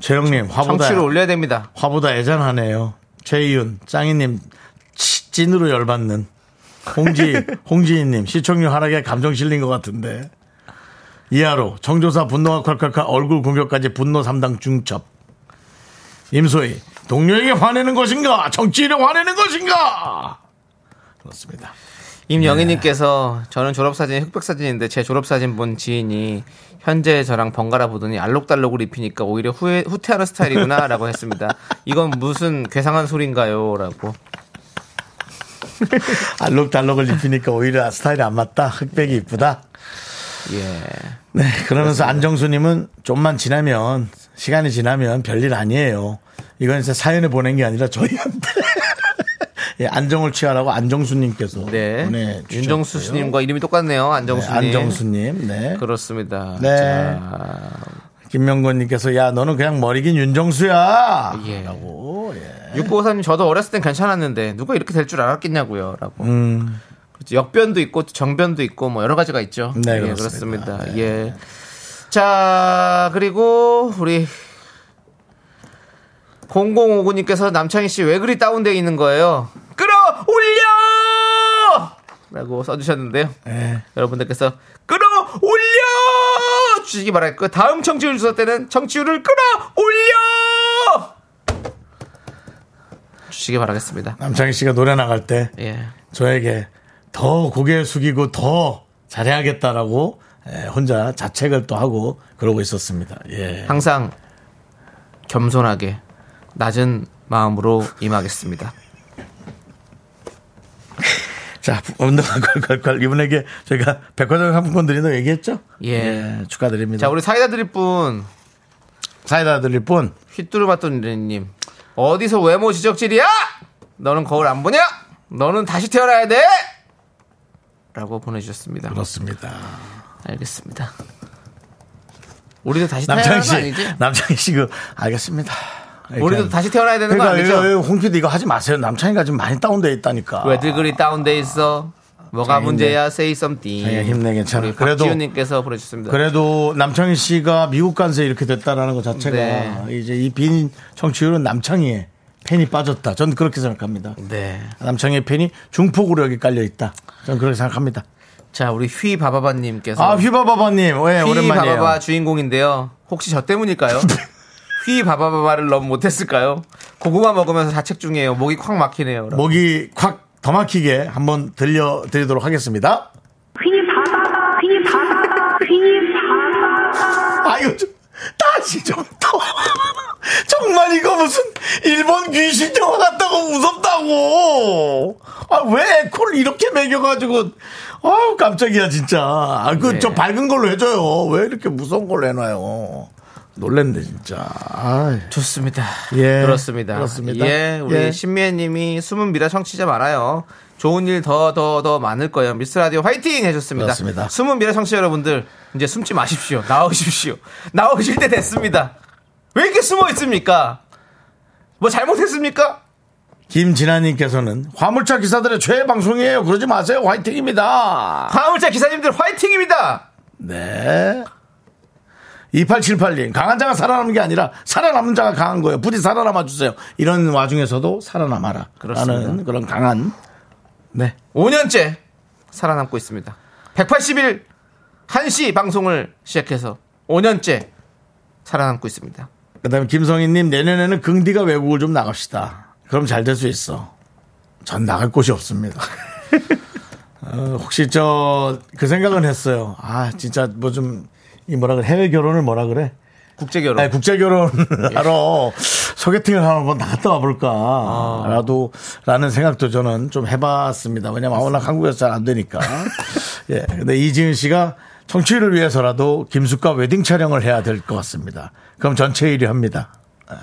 A: 최영님 화보다
B: 청취를 올려야 됩니다.
A: 화보다 애잔하네요. 최이윤 짱이님 치- 찐으로 열받는 홍지 홍지인님 시청률 하락에 감정 실린 것 같은데 이하로 정조사 분노가 콸콸콸 얼굴 공격까지 분노 3당 중첩 임소희 동료에게 화내는 것인가 정치인에 화내는 것인가 그렇습니다.
B: 임영희님께서 저는 졸업사진이 흑백사진인데 제 졸업사진 본 지인이 현재 저랑 번갈아 보더니 알록달록을 입히니까 오히려 후회, 후퇴하는 스타일이구나 라고 했습니다. 이건 무슨 괴상한 소린가요? 라고.
A: 알록달록을 입히니까 오히려 스타일이 안 맞다. 흑백이 이쁘다.
B: 예.
A: 네, 그러면서 안정수님은 좀만 지나면 시간이 지나면 별일 아니에요. 이건 이제 사연을 보낸 게 아니라 저희한테 예, 안정을 취하라고 안정수님께서
B: 네.
A: 보내주셨고요.
B: 윤정수 스님과 이름이 똑같네요.
A: 네,
B: 안정수님.
A: 안정수님, 네.
B: 그렇습니다.
A: 네.
B: 자,
A: 김명건님께서 야 너는 그냥 머리긴 윤정수야.
B: 예.
A: 라고 예.
B: 6954님 저도 어렸을 땐 괜찮았는데 누가 이렇게 될 줄 알았겠냐고요. 라고. 그렇죠. 역변도 있고 정변도 있고 뭐 여러 가지가 있죠.
A: 네,
B: 예,
A: 그렇습니다.
B: 그렇습니다.
A: 네.
B: 예. 자, 그리고 우리 0059님께서 남창희 씨 왜 그리 다운돼 있는 거예요? 끌어올려! 라고 써주셨는데요.
A: 예.
B: 여러분들께서 끌어올려 주시기 바랄 거 다음 청취율 조사 때는 청취율을 끌어올려 주시기 바라겠습니다.
A: 남창희 씨가 노래 나갈 때
B: 예.
A: 저에게 더 고개 숙이고 더 잘해야겠다라고 예, 혼자 자책을 또 하고 그러고 있었습니다. 예.
B: 항상 겸손하게 낮은 마음으로 임하겠습니다.
A: 자, 운동한 걸걸걸 이분에게 저희가 백화점 상품권 드린다고 얘기했죠?
B: 예.
A: 축하드립니다.
B: 자, 우리 사이다 드릴 분
A: 사이다 드릴 분
B: 휘뚜루마뚜님 어디서 외모 지적질이야? 너는 거울 안 보냐? 너는 다시 태어나야 돼. 라고 보내주셨습니다.
A: 그렇습니다.
B: 알겠습니다. 우리도 다시 태어나는
A: 남창희
B: 거
A: 씨,
B: 아니지?
A: 남창희 씨그 알겠습니다.
B: 우리도 다시 태어나야 되는 거
A: 그러니까 이거,
B: 아니죠?
A: 이거 홍 PD 이거 하지 마세요. 남창희가 지금 많이 다운돼 있다니까.
B: 왜들 그리 다운돼 있어? 뭐가
A: 장인네.
B: 문제야? Say something.
A: 예, 힘내, 괜찮아.
B: 우리
A: 그래도-
B: 박지훈님께서 보내주셨습니다.
A: 그래도 남창희 씨가 미국 간세 이렇게 됐다라는 것 자체가
B: 네.
A: 이제 이 빈 청취율은 남창희의 팬이 빠졌다. 전 그렇게 생각합니다.
B: 네.
A: 남창희의 팬이 중폭으로 여기 깔려 있다. 전 그렇게 생각합니다.
B: 자 우리 휘 바바바님께서
A: 아 휘바바바님, 예, 오랜만이에요.
B: 바바바 주인공인데요. 혹시 저 때문일까요? 휘 바바바를 너무 못했을까요? 고구마 먹으면서 자책 중이에요. 목이 콱 막히네요. 라고.
A: 목이 콱 더 막히게 한번 들려드리도록 하겠습니다. 아유, 좀, 다시 좀, 더. 정말 이거 무슨 일본 귀신 영화 같다고 무섭다고. 아, 왜 에코를 이렇게 매겨가지고. 아우, 깜짝이야, 진짜. 아, 그,
B: 네.
A: 저 밝은 걸로 해줘요. 왜 이렇게 무서운 걸로 해놔요. 놀랬네, 진짜. 아이.
B: 좋습니다.
A: 예.
B: 그렇습니다.
A: 그렇습니다.
B: 예, 우리
A: 예.
B: 신미애님이 숨은 미라 청취자 많아요. 좋은 일 더 더 더 많을 거예요. 미스 라디오 화이팅 해줬습니다.
A: 그렇습니다.
B: 숨은 미라 청취자 여러분들 이제 숨지 마십시오. 나오십시오. 나오실 때 됐습니다. 왜 이렇게 숨어 있습니까? 뭐 잘못했습니까?
A: 김진아님께서는 화물차 기사들의 최애 방송이에요. 그러지 마세요. 화이팅입니다.
B: 화물차 기사님들 화이팅입니다.
A: 네. 2878님, 강한 자가 살아남는 게 아니라 살아남은 자가 강한 거예요. 부디 살아남아 주세요. 이런 와중에서도 살아남아라.
B: 그렇습니다.
A: 라는 그런 강한. 네.
B: 5년째 살아남고 있습니다. 180일 1시 방송을 시작해서 5년째 살아남고 있습니다.
A: 그 다음에 김성희님, 내년에는 긍디가 외국을 좀 나갑시다. 그럼 잘 될 수 있어. 전 나갈 곳이 없습니다. 어, 혹시 저, 그 생각은 했어요. 아, 진짜 뭐 좀, 이 뭐라 그래. 해외 결혼을 뭐라 그래.
B: 국제 결혼.
A: 아니, 네, 국제
B: 예.
A: 결혼하러 소개팅을 한번 나갔다
B: 아.
A: 와볼까라도 라는 생각도 저는 좀 해봤습니다. 왜냐면 워낙 한국에서 잘 안 되니까. 예. 근데 이지은 씨가 청취를 위해서라도 김숙과 웨딩 촬영을 해야 될 것 같습니다. 그럼 전체 1위 합니다. 예.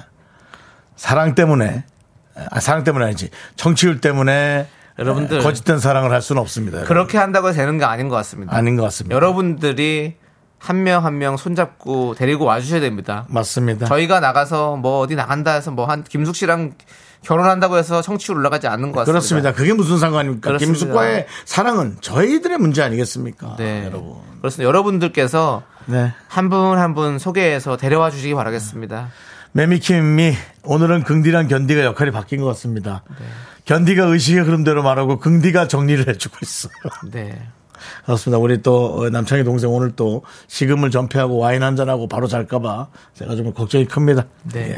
A: 사랑 때문에 아, 사랑 때문 아니지 청취율 때문에
B: 여러분들.
A: 예, 거짓된 사랑을 할 수는 없습니다. 여러분.
B: 그렇게 한다고 되는 게 아닌 것 같습니다.
A: 아닌 것 같습니다.
B: 여러분들이 한 명 한 명 손잡고 데리고 와주셔야 됩니다.
A: 맞습니다.
B: 저희가 나가서 뭐 어디 나간다 해서 뭐 한 김숙 씨랑 결혼한다고 해서 청취율 올라가지 않는 것 같습니다.
A: 그렇습니다. 그게 무슨 상관입니까?
B: 그렇습니다.
A: 김숙과의 사랑은 저희들의 문제 아니겠습니까?
B: 네.
A: 여러분.
B: 그렇습니다. 여러분들께서
A: 네.
B: 한 분 한 분 소개해서 데려와 주시기 바라겠습니다.
A: 매미킴이 오늘은 긍디랑 견디가 역할이 바뀐 것 같습니다.
B: 네.
A: 견디가 의식의 흐름대로 말하고 긍디가 정리를 해주고 있어요.
B: 네.
A: 그렇습니다. 우리 또 어, 남창희 동생 오늘 또 시금을 전폐하고 와인 한잔하고 바로 잘까봐 제가 좀 걱정이 큽니다.
B: 네.
A: 예.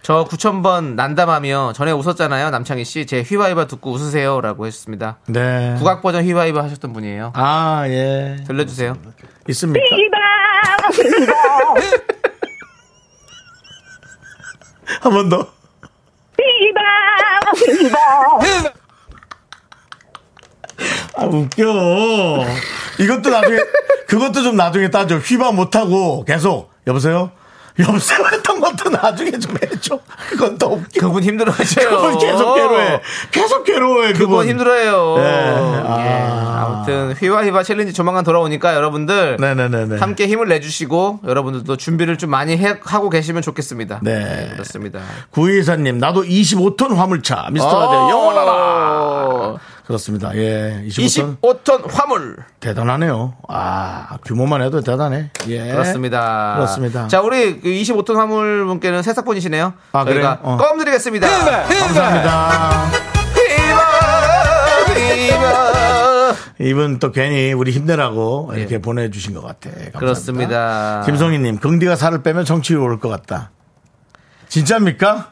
B: 저 9000번 난담하며 전에 웃었잖아요. 남창희 씨. 제 휘바이바 듣고 웃으세요. 라고 했습니다.
A: 네.
B: 국악 버전 휘바이바 하셨던 분이에요.
A: 아, 예.
B: 들려주세요.
A: 있습니까? 한 번 더. 아, 웃겨. 이것도 나중에, 그것도 좀 나중에 따져. 휘바 못하고 계속, 여보세요? 여보세요? 했던 것도 나중에 좀 해줘. 그건 더 웃겨.
B: 그분 힘들어하죠.
A: 그분 계속 괴로워해. 계속 괴로워해, 그분.
B: 그분 힘들어요.
A: 예.
B: 아.
A: 아.
B: 무튼 휘바휘바 챌린지 조만간 돌아오니까 여러분들
A: 네네네네.
B: 예. 함께 힘을 내주시고 여러분들도 준비를 좀 많이 해- 하고 계시면 좋겠습니다.
A: 네.
B: 그렇습니다.
A: 구의사님, 나도 25톤 화물차. 미스터
B: 아.
A: 라디오 영원하라.
B: 어,
A: 그렇습니다. 예. 25톤.
B: 25톤 화물.
A: 대단하네요. 아, 규모만 해도 대단해. 예.
B: 그렇습니다.
A: 그렇습니다.
B: 자, 우리 25톤 화물 분께는 새싹분이시네요.
A: 아, 그래요?
B: 저희가
A: 어.
B: 껌 드리겠습니다.
A: 감사합니다.
B: 비바, 비바.
A: 이분 또 괜히 우리 힘내라고 이렇게 보내주신 것 같아. 감사합니다.
B: 그렇습니다.
A: 김성희님, 긍디가 살을 빼면 정치율 오를 것 같다. 진짜입니까?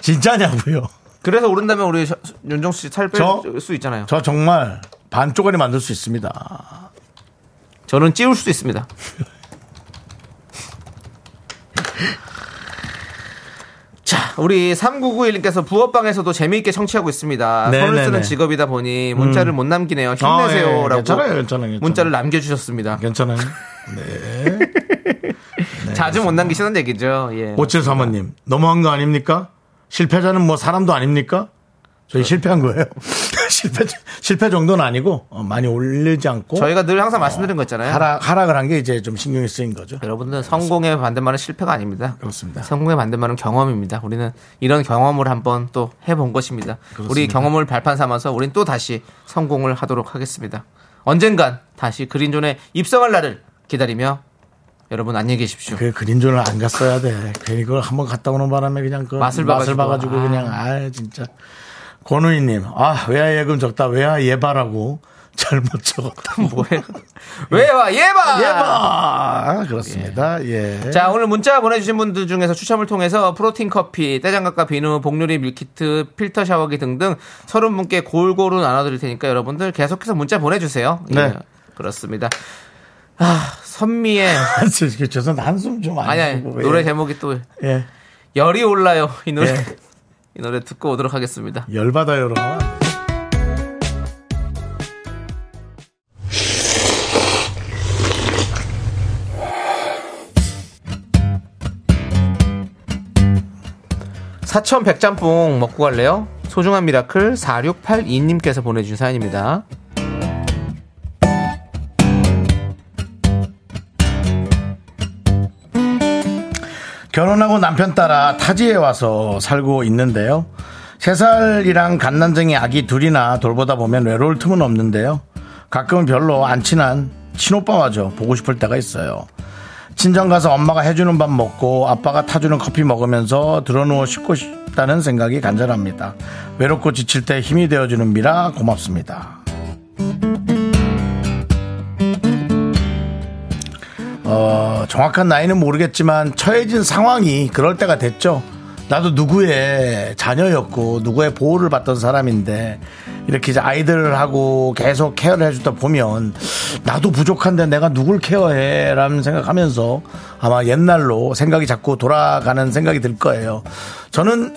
A: 진짜냐고요?
B: 그래서 오른다면 우리 셔- 윤정수 씨 살 뺄
A: 저?
B: 수 있잖아요.
A: 저 정말 반쪽알이 만들 수 있습니다.
B: 저는 찌울 수도 있습니다. 자, 우리 3991님께서 부업방에서도 재미있게 청취하고 있습니다.
A: 네,
B: 손을
A: 네,
B: 쓰는
A: 네. 음.
B: 직업이다 보니 문자를 못 남기네요. 힘내세요.
A: 아, 예, 예.
B: 라고
A: 괜찮아요, 괜찮아요, 괜찮아요.
B: 문자를 남겨주셨습니다.
A: 괜찮아요?
B: 네, 자주 못 남기시는 얘기죠. 예.
A: 오칠 사모님, 너무한 거 아닙니까? 실패자는 뭐 사람도 아닙니까? 저희 실패한 거예요. 실패, 실패 정도는 아니고, 어, 많이 올리지 않고.
B: 저희가 늘 항상 말씀드린 거 있잖아요.
A: 하락, 하락을 한 게 이제 좀 신경이 쓰인 거죠.
B: 여러분들 성공의 반대말은 실패가 아닙니다.
A: 그렇습니다.
B: 성공의 반대말은 경험입니다. 우리는 이런 경험을 한번 또 해본 것입니다. 우리 경험을 발판 삼아서 우린 또 다시 성공을 하도록 하겠습니다. 언젠간 다시 그린존에 입성할 날을 기다리며 여러분 안녕히 계십시오.
A: 그 그린존을 안 갔어야 돼. 괜히 그걸 한번 갔다 오는 바람에 그냥 그
B: 맛을 봐가지고.
A: 봐가지고 그냥 아 진짜. 권우희님, 아 외화 예금 적다 외화 예바라고 잘못 적었다.
B: 뭐예요? 왜와 예바!
A: 예바 아, 그렇습니다. 예.
B: 아. 자 오늘 문자 보내주신 분들 중에서 추첨을 통해서 프로틴 커피, 떼장갑과 비누, 복요리 밀키트, 필터 샤워기 등등 서른 분께 골고루 나눠드릴 테니까 여러분들 계속해서 문자 보내주세요. 예,
A: 네.
B: 그렇습니다. 아 선미의
A: 죄송한데 한숨 좀 안
B: 아니 아니
A: 쉬고. 예.
B: 노래 제목이 또
A: 예.
B: 열이 올라요 이 노래
A: 예.
B: 이 노래 듣고 오도록 하겠습니다.
A: 열받아요, 여러분.
B: 사천 백짬뽕 먹고 갈래요? 소중한 미라클 4682님께서 보내주신 사연입니다.
A: 결혼하고 남편 따라 타지에 와서 살고 있는데요. 세 살이랑 갓난쟁이 아기 둘이나 돌보다 보면 외로울 틈은 없는데요. 가끔은 별로 안 친한 친오빠마저 보고 싶을 때가 있어요. 친정 가서 엄마가 해주는 밥 먹고 아빠가 타주는 커피 먹으면서 들어누워 쉬고 싶다는 생각이 간절합니다. 외롭고 지칠 때 힘이 되어주는 미라 고맙습니다. 어, 정확한 나이는 모르겠지만 처해진 상황이 그럴 때가 됐죠. 나도 누구의 자녀였고 누구의 보호를 받던 사람인데 이렇게 이제 아이들하고 계속 케어를 해주다 보면 나도 부족한데 내가 누굴 케어해라는 생각하면서 아마 옛날로 생각이 자꾸 돌아가는 생각이 들 거예요. 저는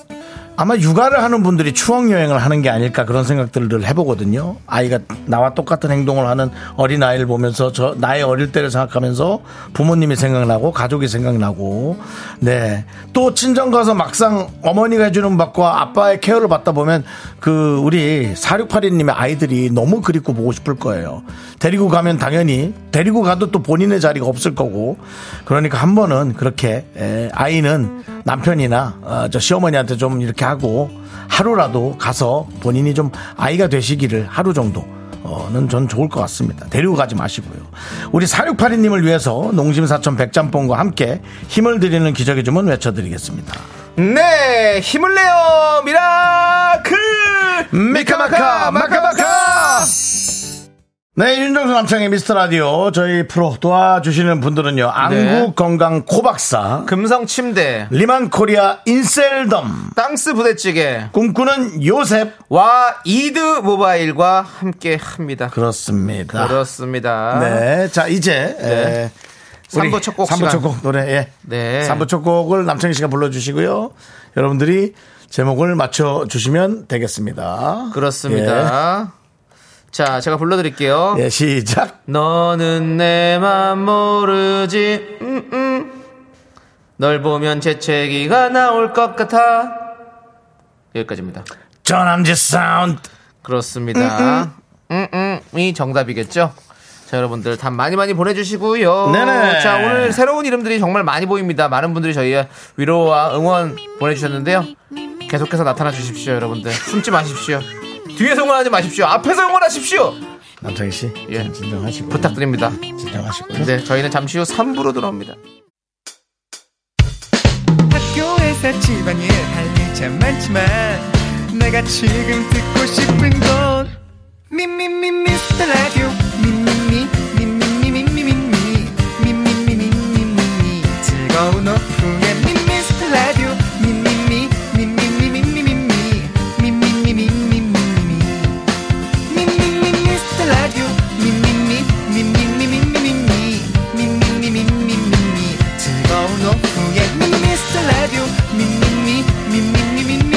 A: 아마 육아를 하는 분들이 추억 여행을 하는 게 아닐까 그런 생각들을 늘 해보거든요. 아이가 나와 똑같은 행동을 하는 어린 아이를 보면서 저 나의 어릴 때를 생각하면서 부모님이 생각나고 가족이 생각나고 네 또 친정 가서 막상 어머니가 해주는 밥과 아빠의 케어를 받다 보면 그 우리 4682님의 아이들이 너무 그립고 보고 싶을 거예요. 데리고 가면 당연히 데리고 가도 또 본인의 자리가 없을 거고 그러니까 한 번은 그렇게 에, 아이는 남편이나 어, 저 시어머니한테 좀 이렇게 하고 하루라도 가서 본인이 좀 아이가 되시기를 하루 정도 어는 전 좋을 것 같습니다. 데리고 가지 마시고요. 우리 4682님을 위해서 농심 사천 백짬뽕과 함께 힘을 드리는 기적의 주문 외쳐드리겠습니다.
B: 네, 힘을 내요, 미라클!
A: 미카마카, 마카마카! 네, 윤정수 남창의 미스터 라디오 저희 프로 도와주시는 분들은요. 안국 건강 코박사,
B: 금성 침대,
A: 리만 코리아 인셀덤,
B: 땅스 부대찌개,
A: 꿈꾸는 요셉.
B: 와, 이드 모바일과 함께 합니다.
A: 그렇습니다.
B: 그렇습니다.
A: 네, 자 이제 에, 우리
B: 3부 첫곡
A: 삼부
B: 시간.
A: 첫 곡 노래 예.
B: 네.
A: 3부 첫 곡을 남창희 씨가 불러주시고요. 여러분들이 제목을 맞춰주시면 되겠습니다.
B: 그렇습니다. 자, 제가 불러드릴게요.
A: 예, 예, 시작.
B: 너는 내 맘 모르지. 음, 음. 널 보면 재채기가 나올 것 같아. 여기까지입니다.
A: 전남지 사운드.
B: 그렇습니다. 음, 음. 이 정답이겠죠? 자, 여러분들 답 많이 많이 보내주시고요.
A: 네네.
B: 자, 오늘 새로운 이름들이 정말 많이 보입니다. 많은 분들이 저희 위로와 응원 보내주셨는데요. 계속해서 나타나 주십시오, 여러분들. 숨지 마십시오. 뒤에서 응원하지 마십시오. 앞에서 응원하십시오.
A: 남창희 씨,
B: 예.
A: 좀 진정하시고
B: 부탁드립니다.
A: 진정하시고요.
B: 네, 저희는 잠시 후 3부로 돌아옵니다.
G: 학교에서 집안일 할 일 참 많지만 내가 지금 듣고 싶은 건 미미미 미스터 라디오 미미미 미미미 미미미 미미미 미미미 즐거운 오후에 미스터 라디오 미미미 미미미 미미미 미미미 미미미 미미미 미스터 라디오 미미미 미미미 미미미 미미미 미미미 즐거운 오후에 미스터 라디오 미미미 미미미 미미미 미미미 미미미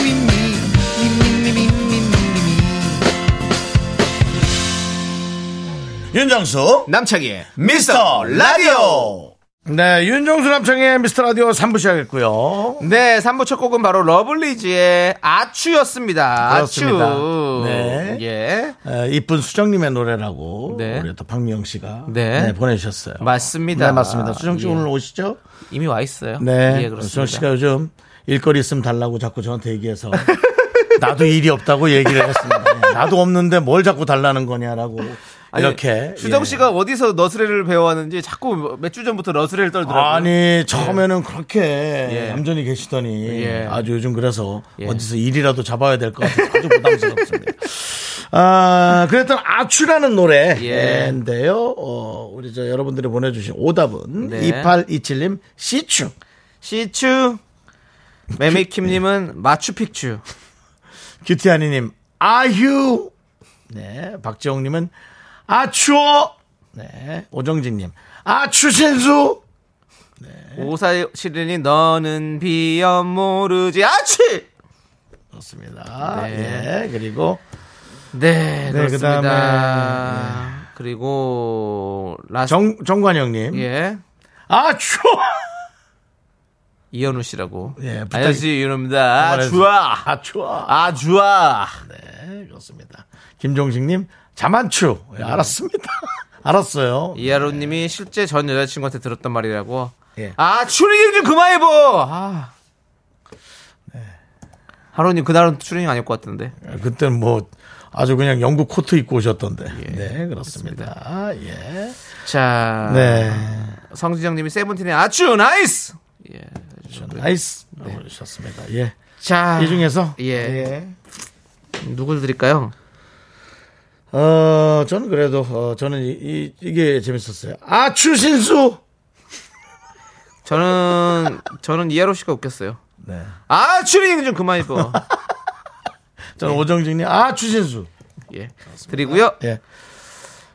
A: 윤정수
B: 남창희의
A: 미스터 라디오. 네, 윤정수 남창의 미스터 라디오 3부 시작했고요.
B: 네, 3부 첫 곡은 바로 러블리즈의 아추였습니다. 아추.
A: 그렇습니다. 네.
B: 예.
A: 에, 이쁜 수정님의 노래라고
B: 네.
A: 우리 또 박미영 씨가
B: 네.
A: 네, 보내주셨어요.
B: 맞습니다.
A: 네, 맞습니다. 수정 씨
B: 예.
A: 오늘 오시죠?
B: 이미 와 있어요.
A: 네.
B: 예, 그렇습니다.
A: 수정 씨가 요즘 일거리 있으면 달라고 자꾸 저한테 얘기해서 나도 일이 없다고 얘기를 했습니다. 예, 나도 없는데 뭘 자꾸 달라는 거냐라고
B: 아니,
A: 이렇게
B: 수정
A: 예.
B: 씨가 어디서 너스레를 배워왔는지 자꾸 몇 주 전부터 너스레를 떨더라고요.
A: 아니 처음에는 그렇게
B: 예.
A: 얌전히 계시더니
B: 예.
A: 아주 요즘 그래서
B: 예.
A: 어디서 일이라도 잡아야 될 것 같아서 아주 부담스럽습니다. 아, 그랬던 아추라는
B: 예.
A: 노래인데요. 어, 우리 저 여러분들이 보내주신 오답은
B: 네.
A: 2827님 시추.
B: 시추. 메메킴님은 마추픽추.
A: 규티아니님 아휴. 네, 박지영님은 아추어. 네, 오정진님 아추신수.
B: 오사시린이 너는 비염 모르지. 아치!
A: 그렇습니다.
B: 네.
A: 예, 그리고
B: 네, 그렇습니다.
A: 그다음에,
B: 그리고 라스
A: 정 정관영님
B: 예.
A: 아추.
B: 이현우 씨라고.
A: 예, 부탁-
B: 안녕하세요, 이현우입니다. 아,
A: 말해서-
B: 좋아.
A: 아, 좋아.
B: 아, 좋아.
A: 네, 그렇습니다. 김종식님, 자만추. 예, 알았습니다. 알았어요.
B: 이하로 님이 실제 전 여자친구한테 들었던 말이라고.
A: 네. 예.
B: 아, 추리닝 좀 그만해봐! 아.
A: 네.
B: 하로님, 그날은 추리닝 아닐 것 같은데.
A: 그때 뭐 아주 그냥 영국 코트 입고 오셨던데. 네, 그렇습니다. 예.
B: 자.
A: 네.
B: 성진영 님이 세븐틴의 아추, 나이스! 예.
A: 나이스. 오셨습니다. 예.
B: 자.
A: 이 중에서
B: 예. 누굴 드릴까요?
A: 어, 저는 그래도 어, 저는 이, 이, 게 재밌었어요. 아, 추신수.
B: 저는, 저는 이하로 씨가 웃겼어요.
A: 네.
B: 아, 추리닝 좀 그만해봐.
A: 저는
B: 네.
A: 오정진님, 아, 추신수.
B: 예. 드리고요.
A: 예.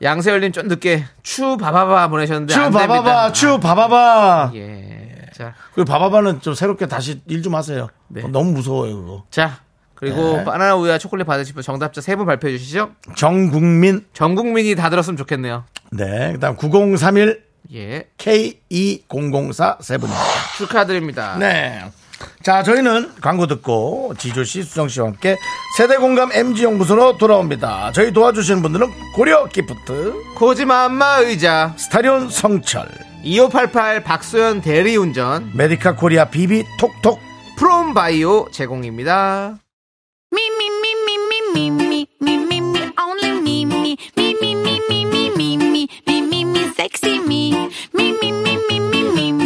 B: 양세열님 좀 늦게 추 바바바 보내셨는데
A: 네, 추
B: 안 됩니다. 아.
A: 바바바, 추 바바바.
B: 예. 자.
A: 그리고 바바바는 좀 새롭게 다시 일 좀 하세요.
B: 네.
A: 어, 너무 무서워요, 그거.
B: 자, 그리고
A: 네.
B: 바나나 우유와 초콜릿 받으실 분 정답자 세 분 발표해 주시죠.
A: 정국민.
B: 전 국민이 다 들었으면 좋겠네요.
A: 네. 그 다음 9031
B: 예.
A: K2004 세 분.
B: 축하드립니다.
A: 네. 자, 저희는 광고 듣고 지조 씨, 수정 씨와 함께 세대 공감 MG 연구소로 돌아옵니다. 저희 도와주시는 분들은 고려 기프트,
B: 코지마 안마 의자,
A: 스타리온 성철,
B: 2588 박소연 대리운전,
A: 메디카 코리아 비비 톡톡
B: 프롬바이오 제공입니다.
F: Me, me, me, me, me, me, me, me, me, me, only me, me, me, me, me, me, me, me, me, me, me, me, sexy me, me, me, me, me, me, me, me,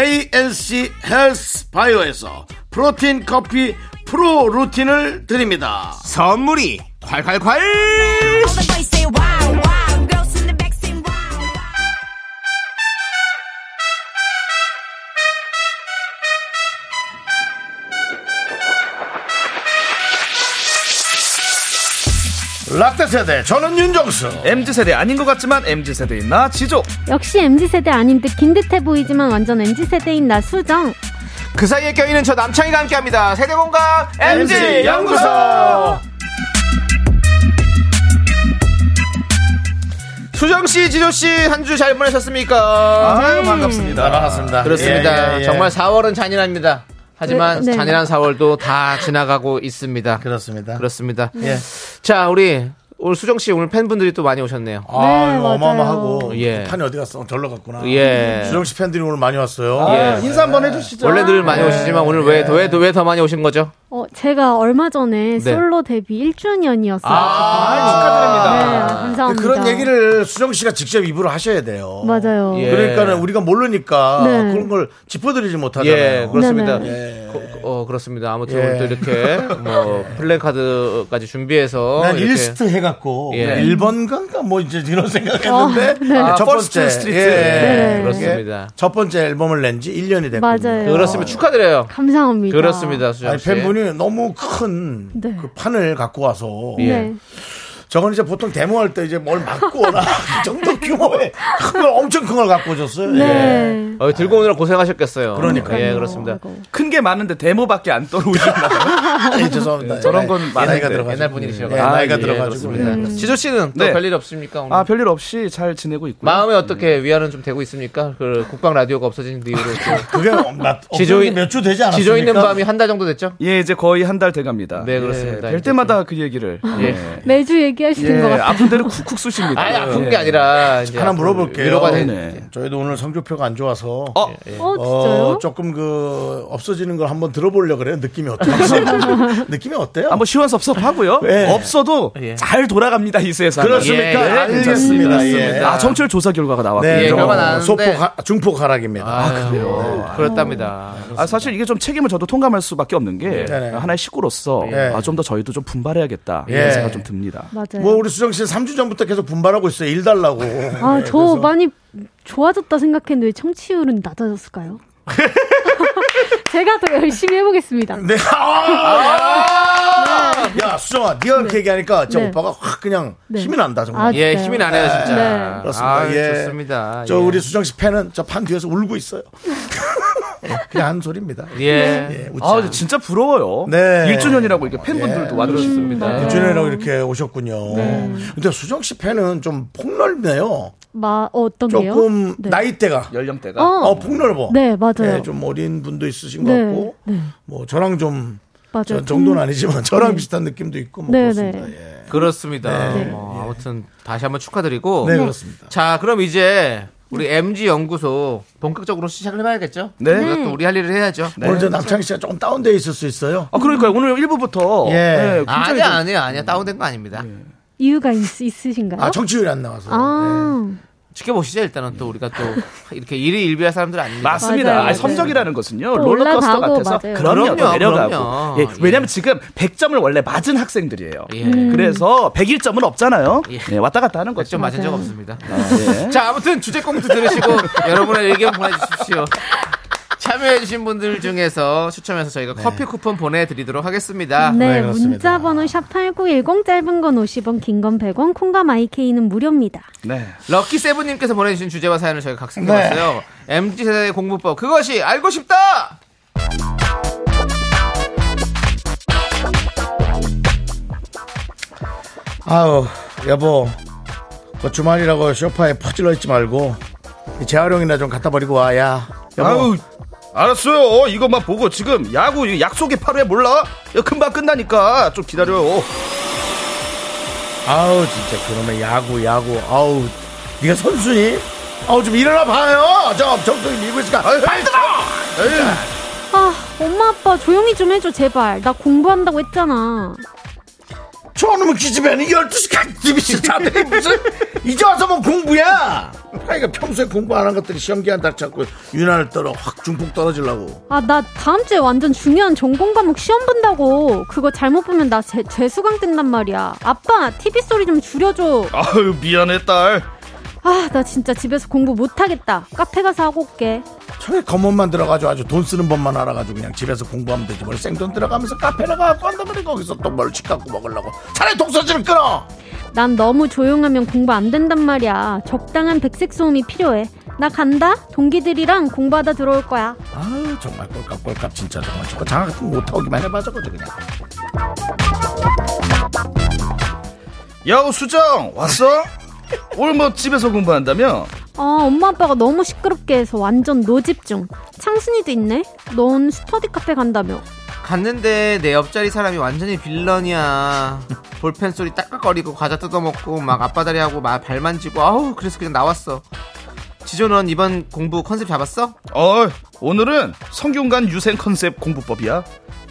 A: KNC 헬스 바이오에서 프로틴 커피 프로 루틴을 드립니다
B: 선물이 콸콸콸!
F: all the boys say wow, wow, girls in the back say wow.
A: 라떼 세대 네, 저는 윤정수
C: MZ 세대 아닌 것 같지만 MZ 세대인 나 지조.
E: 역시 MZ세대 아닌 듯 긴 듯해 보이지만 완전 MZ세대인 나 수정.
B: 그 사이에 껴있는 저 남창이가 함께합니다. 세대공감 MG 연구소. 수정 씨, 지조 씨 한 주 잘 보내셨습니까? 네.
C: 아유 반갑습니다.
A: 반갑습니다
B: 음. 그렇습니다.
A: 예, 예, 예.
B: 정말 4월은 잔인합니다. 하지만
E: 네, 네.
B: 잔인한 4월도 다 지나가고 있습니다.
A: 그렇습니다
B: 그렇습니다.
A: 예.
B: 자, 우리 오늘 수정 씨 오늘 팬분들이 또 많이 오셨네요.
A: 아,
E: 네,
A: 이거 어마어마하고.
B: 맞아요. 예.
A: 판이 어디 갔어? 어, 절로 갔구나.
B: 예.
A: 수정 씨 팬들이 오늘 많이 왔어요.
E: 아,
B: 예.
A: 인사 한번 해주시죠.
B: 원래 늘
A: 예.
B: 많이 오시지만 오늘 왜더왜더 왜 더 많이 오신 거죠?
E: 어, 제가 얼마
B: 네.
E: 전에 솔로 데뷔 1주년이었어요.
B: 아,
E: 네,
B: 축하드립니다.
E: 감사합니다.
A: 그런 얘기를 수정 씨가 직접 입으로 하셔야 돼요.
E: 맞아요.
B: 예.
A: 그러니까는 우리가 모르니까
E: 네.
A: 그런 걸 짚어드리지 못하잖아요.
B: 예, 그렇습니다.
A: 예.
B: 거- 어 그렇습니다. 아무튼
A: 예.
B: 오늘 또 이렇게 뭐 플랜카드까지 준비해서
A: 난
B: 어, 이렇게
A: 일스트 해갖고
B: 예.
A: 일 1번 간가 뭐 이제 이런 생각했는데
B: 아,
A: 첫
B: 퍼스트
A: 번째
B: 스트리트.
A: 예.
E: 네.
B: 그렇습니다.
A: 첫 번째 앨범을 낸 지 1년이 됐고
E: 맞아요.
B: 그렇습니다. 축하드려요.
E: 감사합니다.
B: 그렇습니다, 수정
A: 아니,
B: 씨.
A: 팬분이 너무 큰
E: 네.
A: 그 판을 갖고 와서
B: 예.
E: 네.
A: 저건 이제 보통 데모할 때 이제 뭘 막고 나그 정도 규모의 큰 걸 엄청 큰 걸 갖고 오셨어요. 예.
E: 네.
B: 어, 들고 오느라 고생하셨겠어요.
A: 그러니까요.
B: 예, 그렇습니다.
E: 아이고.
C: 큰 게 많은데 데모밖에 안 떠오르시나요?
A: 아니, 네,
B: 예,
A: 죄송합니다.
C: 저런 건 많은데.
B: 옛날
A: 분이시라고. 네,
B: 분이시라고.
A: 나이가
B: 아, 예,
A: 들어가지고.
B: 그렇습니다. 지조 씨는 또
C: 네.
B: 별일 없습니까? 오늘?
C: 아 별일 없이 잘 지내고 있고요.
B: 마음에 어떻게 위안은 좀 되고 있습니까? 그 국방 라디오가 없어진 이후로 또
A: 그게 나
B: 지조
A: 지조인 몇주 되지 않았습니까?
B: 지조 있는 밤이 한 달 정도 됐죠?
C: 예, 이제 거의 한 달 돼갑니다.
B: 네, 그렇습니다.
C: 예, 뵐 때마다 그 얘기를. 예.
E: 매주 얘기하시는
C: 예,
E: 것 같아요.
C: 아픈 데를 쿡쿡 쑤십니다.
B: 아니 아픈 게
C: 예.
B: 아니라 이제 그
A: 하나
B: 앞으로
A: 물어볼게요.
B: 위로가 되
C: 네.
A: 저희도 오늘 성적표가 안 좋아서
C: 어,
B: 예.
E: 어, 진짜요?
A: 어, 조금 그 없어지는 걸 한번 들어보려 고 그래요. 느낌이 어때요? 느낌이 어때요?
C: 한번 시원섭섭하고요.
A: 예.
C: 없어도
B: 예.
C: 잘 돌아갑니다 이 세상.
A: 그렇습니까?
B: 예, 예,
A: 알겠습니다. 예.
C: 아 청취율 조사 결과가 나왔군요.
A: 네,
B: 예, 결과 나왔는데.
A: 소폭 하- 중폭 하락입니다.
B: 아, 그래요. 그렇답니다.
C: 아, 사실 이게 좀 책임을 저도 통감할 수밖에 없는 게
A: 네.
C: 하나의 식구로서
A: 예.
C: 아, 좀 더 저희도 좀 분발해야겠다
A: 예.
C: 이런 생각 좀 듭니다.
B: 네.
E: 맞아요.
A: 뭐 우리 수정 씨는 3주 전부터 계속 분발하고 있어요. 일 달라고. 네,
E: 아, 저 많이 좋아졌다 생각했는데 왜 청취율은 낮아졌을까요? 제가 더 열심히 해보겠습니다.
A: 네.
B: 아.
A: 아! 야, 수정아, 네가 그렇게 얘기하니까 저
E: 네.
A: 오빠가 확 그냥
E: 네.
A: 힘이 난다 정말.
E: 아,
B: 예,
E: 진짜요?
B: 힘이 나네요, 진짜.
E: 네.
A: 그렇습니다.
B: 아,
A: 예.
B: 좋습니다.
A: 저
B: 예.
A: 우리 수정 씨 팬은 저 판 뒤에서 울고 있어요. 예, 그냥 한 소리입니다.
B: 예.
A: 예, 웃지
C: 아,
A: 않아요.
C: 근데 진짜 부러워요.
A: 네.
C: 1주년이라고 이렇게 팬분들도 와주셨습니다.
A: 예.
B: 네.
A: 일주일이라고 이렇게 오셨군요. 근데 수정 씨 팬은 좀 폭넓네요.
E: 마, 어, 어떤 게요?
A: 조금
E: 네.
A: 나이대가
C: 연령대가.
E: 어,
A: 어, 폭넓어.
E: 네, 맞아요.
A: 예, 좀 어린 분도 있으신 것
E: 네,
A: 같고,
E: 네.
A: 뭐 저랑 좀
E: 맞아요.
A: 저 정도는 아니지만 저랑 비슷한 느낌도 있고 뭐
E: 네,
A: 그렇습니다.
E: 네.
A: 예.
B: 그렇습니다.
A: 네.
B: 어, 아무튼 다시 한번 축하드리고.
A: 네, 그렇습니다.
B: 자, 그럼 이제 우리 MG 연구소 본격적으로 시작을 해봐야겠죠?
C: 네.
B: 우리가 또 우리 할 일을 해야죠.
A: 오늘 저 남창희 씨가 조금 다운되어 있을 수 있어요.
C: 아, 그러니까요. 오늘 1부부터. 네,
A: 예.
B: 아니야,
A: 네.
B: 아니야, 아니야. 다운된 거 아닙니다.
E: 이유가 음, 있, 으신가요
A: 아, 정치율이 안 나와서.
E: 아,
B: 지켜보시죠 일단은 또 우리가 또 이렇게 일이 일비할 사람들 아닙니다.
C: 맞습니다.
E: 맞아요.
C: 아니, 섬적이라는 것은요
E: 또
C: 롤러코스터
E: 올라가고,
C: 같아서
E: 맞아요.
C: 그럼요, 또
B: 그럼요,
C: 내려가고.
B: 그럼요.
C: 예,
B: 예.
C: 왜냐면 지금 100점을 원래 맞은 학생들이에요.
B: 예.
E: 음.
C: 그래서 101점은 없잖아요.
B: 예.
C: 예, 왔다 갔다 하는 거죠.
B: 좀 맞은 적 없습니다.
C: 예.
B: 자, 아무튼 주제 공지 들으시고 여러분의 의견 보내주십시오. 참여해주신 분들 중에서 추첨해서 저희가 커피 쿠폰 보내드리도록 하겠습니다.
E: 네,
A: 아, 그렇습니다.
E: 문자 번호 샵8910 짧은 건 50원, 긴 건 100원, 콩과 마이케이는 무료입니다.
C: 네.
B: 럭키 세븐님께서 보내주신 주제와 사연을
A: 네.
B: 저희가 각색해봤어요. MZ 세대의 공부법 그것이 알고 싶다.
A: 아우 여보 그 주말이라고 쇼파에 퍼질러 있지 말고 이 재활용이나 좀 갖다 버리고 와야 여보
C: 아우, 알았어요. 어, 이것만 보고 지금 야구 이 약속이 8회 몰라? 이거 금방 끝나니까 좀 기다려요.
A: 아우 진짜 그놈의 야구 야구 아우 네가 선수니? 아우 좀 일어나 봐요 저 정통이 밀고 있으니까 빨리 들어
E: 아, 엄마 아빠 조용히 좀 해줘 제발. 나 공부한다고 했잖아.
A: 저놈의 기집애는 12시간 집이시 자들이 무슨 이제 와서 뭐 공부야 그러니까 평소에 공부 안 한 것들이 시험기한 닥쳤고 유난을 떨어 확 중폭 떨어지려고
E: 아, 나 다음 주에 완전 중요한 전공 과목 시험 본다고. 그거 잘못 보면 나 재, 재수강 뜬단 말이야. 아빠, TV 소리 좀 줄여줘.
C: 아유, 미안해, 딸.
E: 아, 나 진짜 집에서 공부 못하겠다. 카페 가서 하고 올게.
A: 저게 검은만 들어가지고 아주 돈 쓰는 법만 알아가지고 그냥 집에서 공부하면 되지 뭘 생돈 들어가면서 카페나 가고 한다면 거기서 또 멀치 갖고 먹으려고 차라리 독서실을 끊어
E: 난 너무 조용하면 공부 안 된단 말이야. 적당한 백색 소음이 필요해. 나 간다. 동기들이랑 공부하다 들어올 거야.
A: 아유 정말 꼴값 꼴값 진짜 정말 저거 장학 같은 거 못하기만 해봐 저거도 그냥
C: 야우, 수정, 왔어? 오늘 뭐 집에서 공부한다며?
E: 어, 엄마 아빠가 너무 시끄럽게 해서 완전 노집중. 창순이도 있네. 넌 스터디 카페 간다며.
B: 갔는데 내 옆자리 사람이 완전히 빌런이야. 볼펜 소리 딱딱거리고 과자 뜯어먹고 막 앞바다리하고 막 발 만지고 아우 그래서 그냥 나왔어. 지조는 이번 공부 컨셉 잡았어?
C: 어, 오늘은 성균관 유생 컨셉 공부법이야.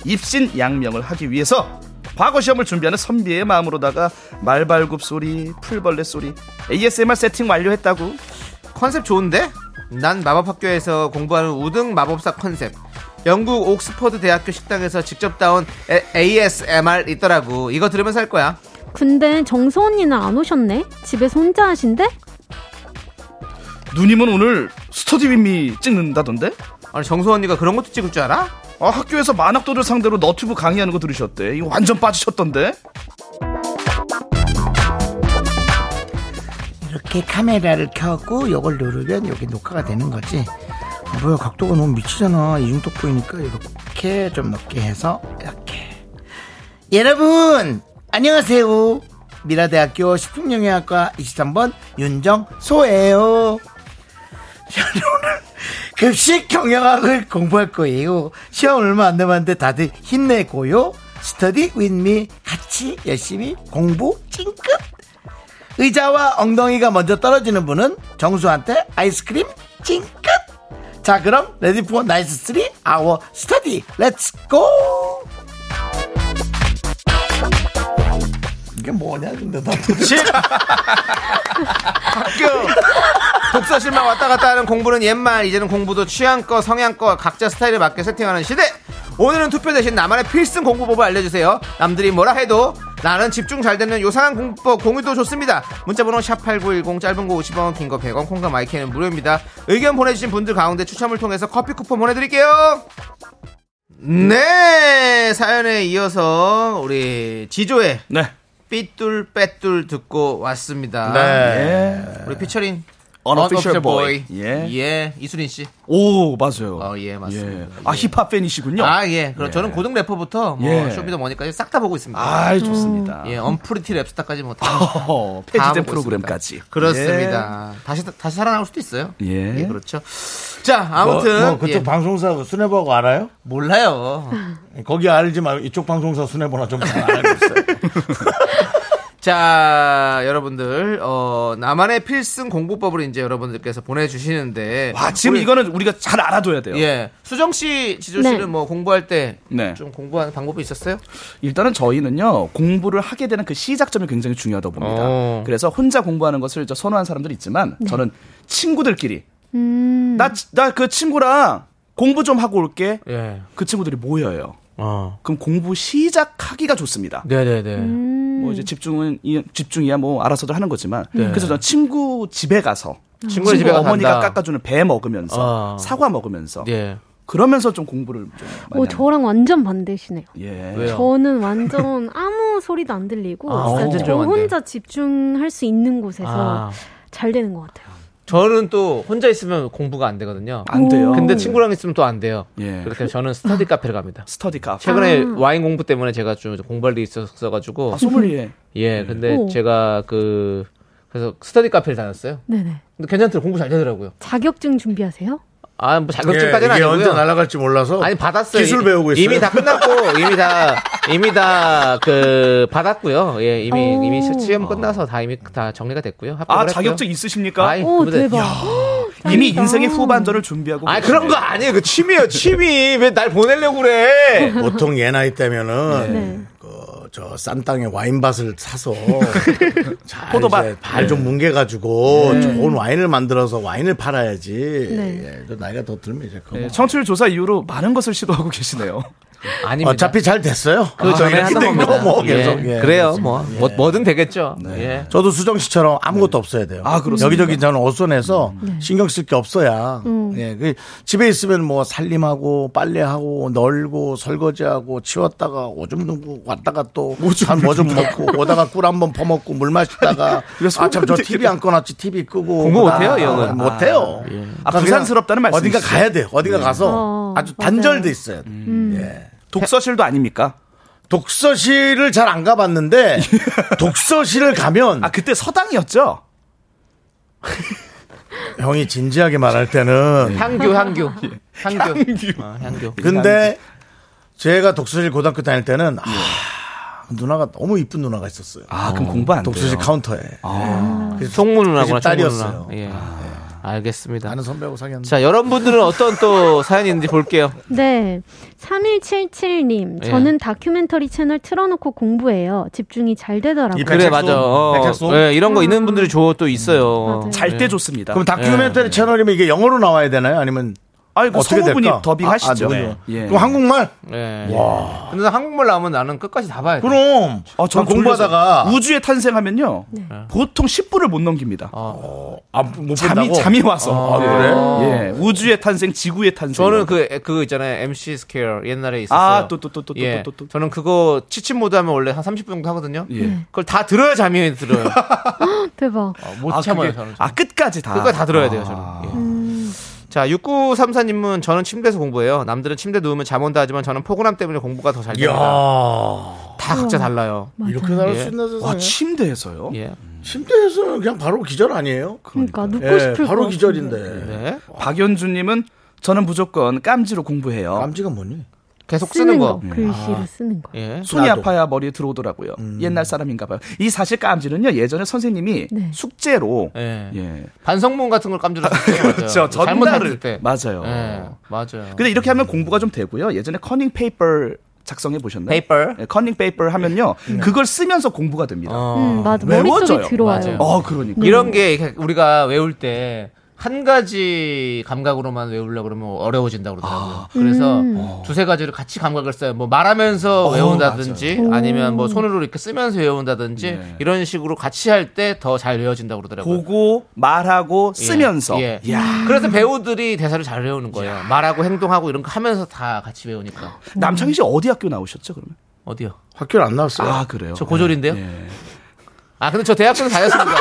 C: 입신 양명을 하기 위해서 과거 시험을 준비하는 선비의 마음으로다가 말발굽 소리, 풀벌레 소리, ASMR 세팅 완료했다고.
B: 컨셉 좋은데? 난 마법학교에서 공부하는 우등 마법사 컨셉. 영국 옥스퍼드 대학교 식당에서 직접 따온 에- ASMR 있더라고. 이거 들으면서 할 거야.
E: 근데 정서 언니는 안 오셨네. 집에서 혼자 하신대?
C: 누님은 오늘 스터디 윗미 찍는다던데?
B: 아니 정소 언니가 그런 것도 찍을 줄 알아?
C: 아, 학교에서 만학도를 상대로 너튜브 강의하는 거 들으셨대. 이거 완전 빠지셨던데?
A: 이렇게 카메라를 켜고 이걸 누르면 여기 녹화가 되는 거지. 아, 뭐야 각도가 너무 미치잖아. 이중독 보이니까 이렇게 좀 높게 해서 이렇게. 여러분 안녕하세요. 미라대학교 식품영양학과 23번 윤정소예요. 저는 오늘 급식 경영학을 공부할 거예요. 시험 얼마 안 남았는데 다들 힘내고요. 스터디 윈미 같이 열심히 공부 찡긋 의자와 엉덩이가 먼저 떨어지는 분은 정수한테 아이스크림 찡끗. 자, 그럼 레디 포 나이스 쓰리 아워 스터디 렛츠 고. 이게 뭐냐 근데 나
B: 독서실만 왔다 갔다 하는 공부는 옛말, 이제는 공부도 취향껏, 성향껏, 각자 스타일에 맞게 세팅하는 시대! 오늘은 투표 대신 나만의 필승 공부법을 알려주세요. 남들이 뭐라 해도 나는 집중 잘 되는 요상한 공부법 공유도 좋습니다. 문자번호 샵8910, 짧은 거 50원, 긴 거 100원, 콩과 마이크는 무료입니다. 의견 보내주신 분들 가운데 추첨을 통해서 커피 쿠폰 보내드릴게요! 네! 사연에 이어서 우리 지조의
C: 네.
B: 삐뚤빼뚤 듣고 왔습니다.
C: 네.
B: 우리 피처링
C: 예. Unofficial
B: Unofficial Boy.
C: Boy. 예.
B: 예, 이수린 씨.
C: 오, 맞아요.
B: 어, 예, 맞습니다.
C: 아, 힙합 팬이시군요.
B: 아, 예. 그럼 저는 고등 래퍼부터 뭐
C: 예.
B: 쇼미더머니까지 싹 다 보고 있습니다.
C: 아이, 좋습니다.
B: 예, 언프리티 랩스타까지 뭐 다.
C: 허허,
B: 다
C: 폐지된
B: 보고
C: 프로그램까지.
B: 있습니다. 그렇습니다. 다시 다시 살아나올 수도 있어요.
C: 예. 뭐,
B: 그렇죠. 자, 아무튼 예,
A: 방송사 수뇌보하고 알아요?
B: 몰라요.
A: 거기 알지 말고 이쪽 방송사 수뇌보나 좀 잘 알고 있어요.
H: 자, 여러분들, 어, 나만의 필승 공부법을 이제 여러분들께서 보내주시는데.
C: 와, 지금
H: 우리-
C: 이거는 우리가 잘 알아둬야 돼요.
H: 예. 수정 씨, 지조 씨는
E: 네.
H: 뭐 공부할 때 좀
C: 네.
H: 공부하는 방법이 있었어요?
C: 일단은 저희는요 공부를 하게 되는 그 시작점이 굉장히 중요하다고 봅니다.
H: 어.
C: 그래서 혼자 공부하는 것을 저 선호하는 사람들이 있지만 저는 친구들끼리 나 나 그 친구랑 공부 좀 하고 올게.
H: 예.
C: 그 친구들이 모여요.
H: 어.
C: 그럼 공부 시작하기가 좋습니다.
H: 네네네.
C: 뭐 이제 집중은 이- 집중이야 뭐 알아서들 하는 거지만 그래서 전 친구 집에 가서 친구
H: 집에 가서
C: 어머니가
H: 한다.
C: 깎아주는 배 먹으면서
H: 어.
C: 사과
B: 네.
C: 먹으면서
H: 예.
C: 그러면서 좀 공부를 좀 많이
E: 어,
C: 하는
E: 저랑 완전 반대시네요.
C: 예.
H: 왜요?
E: 저는 완전 아무 소리도 안 들리고
H: 아, 완전
E: 저
H: 조용한데.
E: 혼자 집중할 수 있는 곳에서
B: 아.
E: 잘 되는 것 같아요.
B: 저는 또 혼자 있으면 공부가 안 되거든요.
C: 안 돼요.
B: 근데 친구랑 있으면 또 안 돼요.
C: 아. 예.
B: 그렇기 때문에 저는 스터디 카페를 갑니다.
C: 스터디 카페.
B: 최근에 와인 공부 때문에 제가 좀 공부할 일이 있었어가지고
C: 아, 소믈리에.
B: 예, 근데
E: 오.
B: 제가 그 그래서 스터디 카페를 다녔어요.
E: 네네.
B: 근데 괜찮더라고 요 공부 잘 되더라고요.
E: 자격증 준비하세요?
B: 아, 뭐
A: 예,
B: 자격증까지는
A: 이게
B: 아니고요.
A: 언제 날아갈지 몰라서
B: 아니 받았어요.
A: 기술
B: 이미-
A: 배우고 있어요.
B: 이미 다 끝났고 이미 다 이미 다 그 받았고요. 예, 이미
E: 오.
B: 이미 시- 시험 끝나서 다 이미 다 정리가 됐고요. 합격을
C: 아,
B: 했고요.
C: 자격증 있으십니까?
B: 아이,
E: 오
B: 근데-
E: 대박.
C: 이미
E: 짱이다.
C: 인생의 후반전을 준비하고.
B: 아,
C: 계시네요.
B: 그런 거 아니에요. 그 취미예요, 취미. 왜 날 보내려고 그래?
A: 보통 얘 나이 때면은
E: 네.
A: 그, 저, 싼 땅에 와인밭을 사서 잘
C: 포도밭.
A: 발좀
B: 네.
A: 뭉개가지고 좋은 와인을 만들어서 와인을 팔아야지.
E: 네.
A: 예, 또 나이가 더 들면 이제
B: 네,
A: 그거.
C: 예, 청취율 조사 이후로 많은 것을 시도하고 계시네요.
B: 아닙니다.
A: 어차피 잘 됐어요.
B: 그 전에
A: 이렇게
B: 하던
A: 된거
B: 겁니다.
A: 뭐
B: 예,
A: 계속. 예.
B: 그래요. 뭐, 뭐 뭐든 되겠죠. 예.
A: 저도 수정 씨처럼 아무것도 없어야 돼요.
C: 아, 음. 그렇습니까?
A: 여기저기 저는 어선해서
E: 네.
A: 신경 쓸 게 없어야.
E: 음.
A: 예, 그 집에 있으면 뭐 살림하고 빨래하고 널고 설거지하고 치웠다가 오줌 누고 왔다가 또뭐좀 먹고 오다가 꿀 한 번 퍼먹고 물 마시다가
C: 그래서
A: 아 참 저 TV 안 꺼놨지 TV 끄고
B: 공부 못해요,
A: 아,
B: 이 형은?
A: 못해요.
C: 아, 부산스럽다는
A: 그냥 어딘가
C: 말씀이시죠? 예.
A: 가야 돼요. 어디가 가서
E: 어,
A: 아주
E: 맞아요.
A: 단절돼 있어야 돼.
C: 음. 독서실도 아닙니까?
A: 독서실을 잘 안 가봤는데 독서실을 가면
C: 아, 그때 서당이었죠?
A: 형이 진지하게 말할
C: 예.
A: 때는
B: 향규, 향규. 향규. 어, 향규.
C: 네.
A: 근데 제가 독서실 고등학교 다닐 때는 아, 누나가 너무 이쁜 누나가 있었어요.
C: 아, 그럼 공부 안 돼요. 아,
A: 독서실 카운터에
B: 송문우라고나
A: 그 딸이었어요.
B: 예. 알겠습니다.
A: 나는 선배하고 사귀었는데
B: 자, 여러분들은 어떤 또 사연이 있는지 볼게요.
E: 네. 3177님.
B: 예.
E: 저는 다큐멘터리 채널 틀어놓고 공부해요. 집중이 잘 되더라고요.
A: 이
B: 그래
A: 백색소,
B: 맞아. 어,
A: 백색소.
B: 예, 이런 거 있는 분들이 좋아 또 있어요.
E: 맞아요.
C: 잘 때 좋습니다.
A: 그럼
C: 예,
A: 다큐멘터리 채널이면 이게 영어로 나와야 되나요? 아니면
C: 아이, 그
A: 어떻게
C: 성우분이
A: 될까?
C: 더빙하시죠.
A: 아, 아,
C: 네.
A: 누군요?
C: 예.
A: 그럼 한국말?
B: 예. 근데 난 한국말 나오면 나는 끝까지 다 봐야 돼.
A: 그럼
C: 아,
A: 난
C: 저는
A: 공부하다가
C: 졸려서 우주에 탄생하면요. 보통 10분을 못 넘깁니다.
A: 아, 못
C: 잠이
A: 본다고?
C: 잠이 와서.
A: 아, 그래?
C: 예. 우주의 탄생, 지구의 탄생.
B: 저는 그 그 있잖아요. MC 스퀘어 옛날에 있었어요.
C: 아, 또, 또, 또, 또, 또,
B: 예.
C: 또, 또, 또.
B: 저는 그거 취침 모드 하면 원래 한 30분 정도 하거든요. 네.
C: 예.
B: 그걸 다 들어야 잠이 들어요.
E: 대박.
B: 못
C: 아,
B: 참아요,
C: 그게-
B: 저는.
C: 아, 끝까지 다.
B: 그거 다 들어야 돼요, 저는.
C: 아.
B: 예. 자, 6934님은 저는 침대에서 공부해요. 남들은 침대 누우면 잠 온다 하지만 저는 포근함 때문에 공부가 더 잘
A: 이야
B: 됩니다. 다
E: 어.
B: 각자 달라요.
A: 이렇게 나올
B: 예.
A: 수 있나 세상에
C: 와,
E: 뭐?
C: 침대에서요?
B: 예.
A: 침대에서는 그냥 바로 기절 아니에요?
E: 그러니까 눕고
A: 예,
E: 싶을
A: 바로
E: 것
A: 기절인데
E: 같은데.
B: 네.
C: 어. 박연주님은 저는 무조건 깜지로 공부해요.
A: 깜지가 뭐니?
B: 계속
E: 쓰는
B: 쓰는
E: 거.
B: 거.
E: 글씨를 쓰는 거.
B: 예.
C: 손이
A: 나도.
C: 아파야 머리에 들어오더라고요. 옛날 사람인가 봐요. 이 사실 깜지는요, 예전에 선생님이
E: 네.
C: 숙제로.
B: 예.
C: 예.
B: 반성문 같은 걸 깜짝
C: 그렇죠.
B: 놀랐어요.
C: 전날을.
B: 잘못했을 때.
C: 맞아요. 그
B: 예. 맞아요.
C: 근데 이렇게 하면 공부가 좀 되고요. 예전에 커닝 페이퍼 작성해 보셨나요?
B: 페이퍼.
C: 예, 커닝 페이퍼 하면요. 그걸 쓰면서 공부가 됩니다. 어,
E: 음, 맞아.
C: 외워져요.
E: 머릿속에
B: 맞아요.
E: 들어와요.
B: 네.
C: 그러니까.
B: 이런 게 이렇게 우리가 외울 때 한 가지 감각으로만 외우려고 그러면 어려워진다고 그러더라고요. 그래서 어. 두세 가지를 같이 감각을 써요. 뭐 말하면서 외운다든지 아니면 뭐 손으로 이렇게 쓰면서 외운다든지 이런 식으로 같이 할 때 더 잘 외워진다고 그러더라고요.
C: 보고, 말하고,
B: 예.
C: 쓰면서.
B: 예.
C: 야
B: 그래서 배우들이 대사를 잘 외우는 거예요. 말하고 행동하고 이런 거 하면서 다 같이 외우니까.
C: 남창희 씨 어디 학교 나오셨죠, 그러면?
B: 어디요?
A: 학교를 안 나왔어요.
C: 아, 그래요?
B: 저 고졸인데요. 아 근데 저 대학교는 다녔습니다.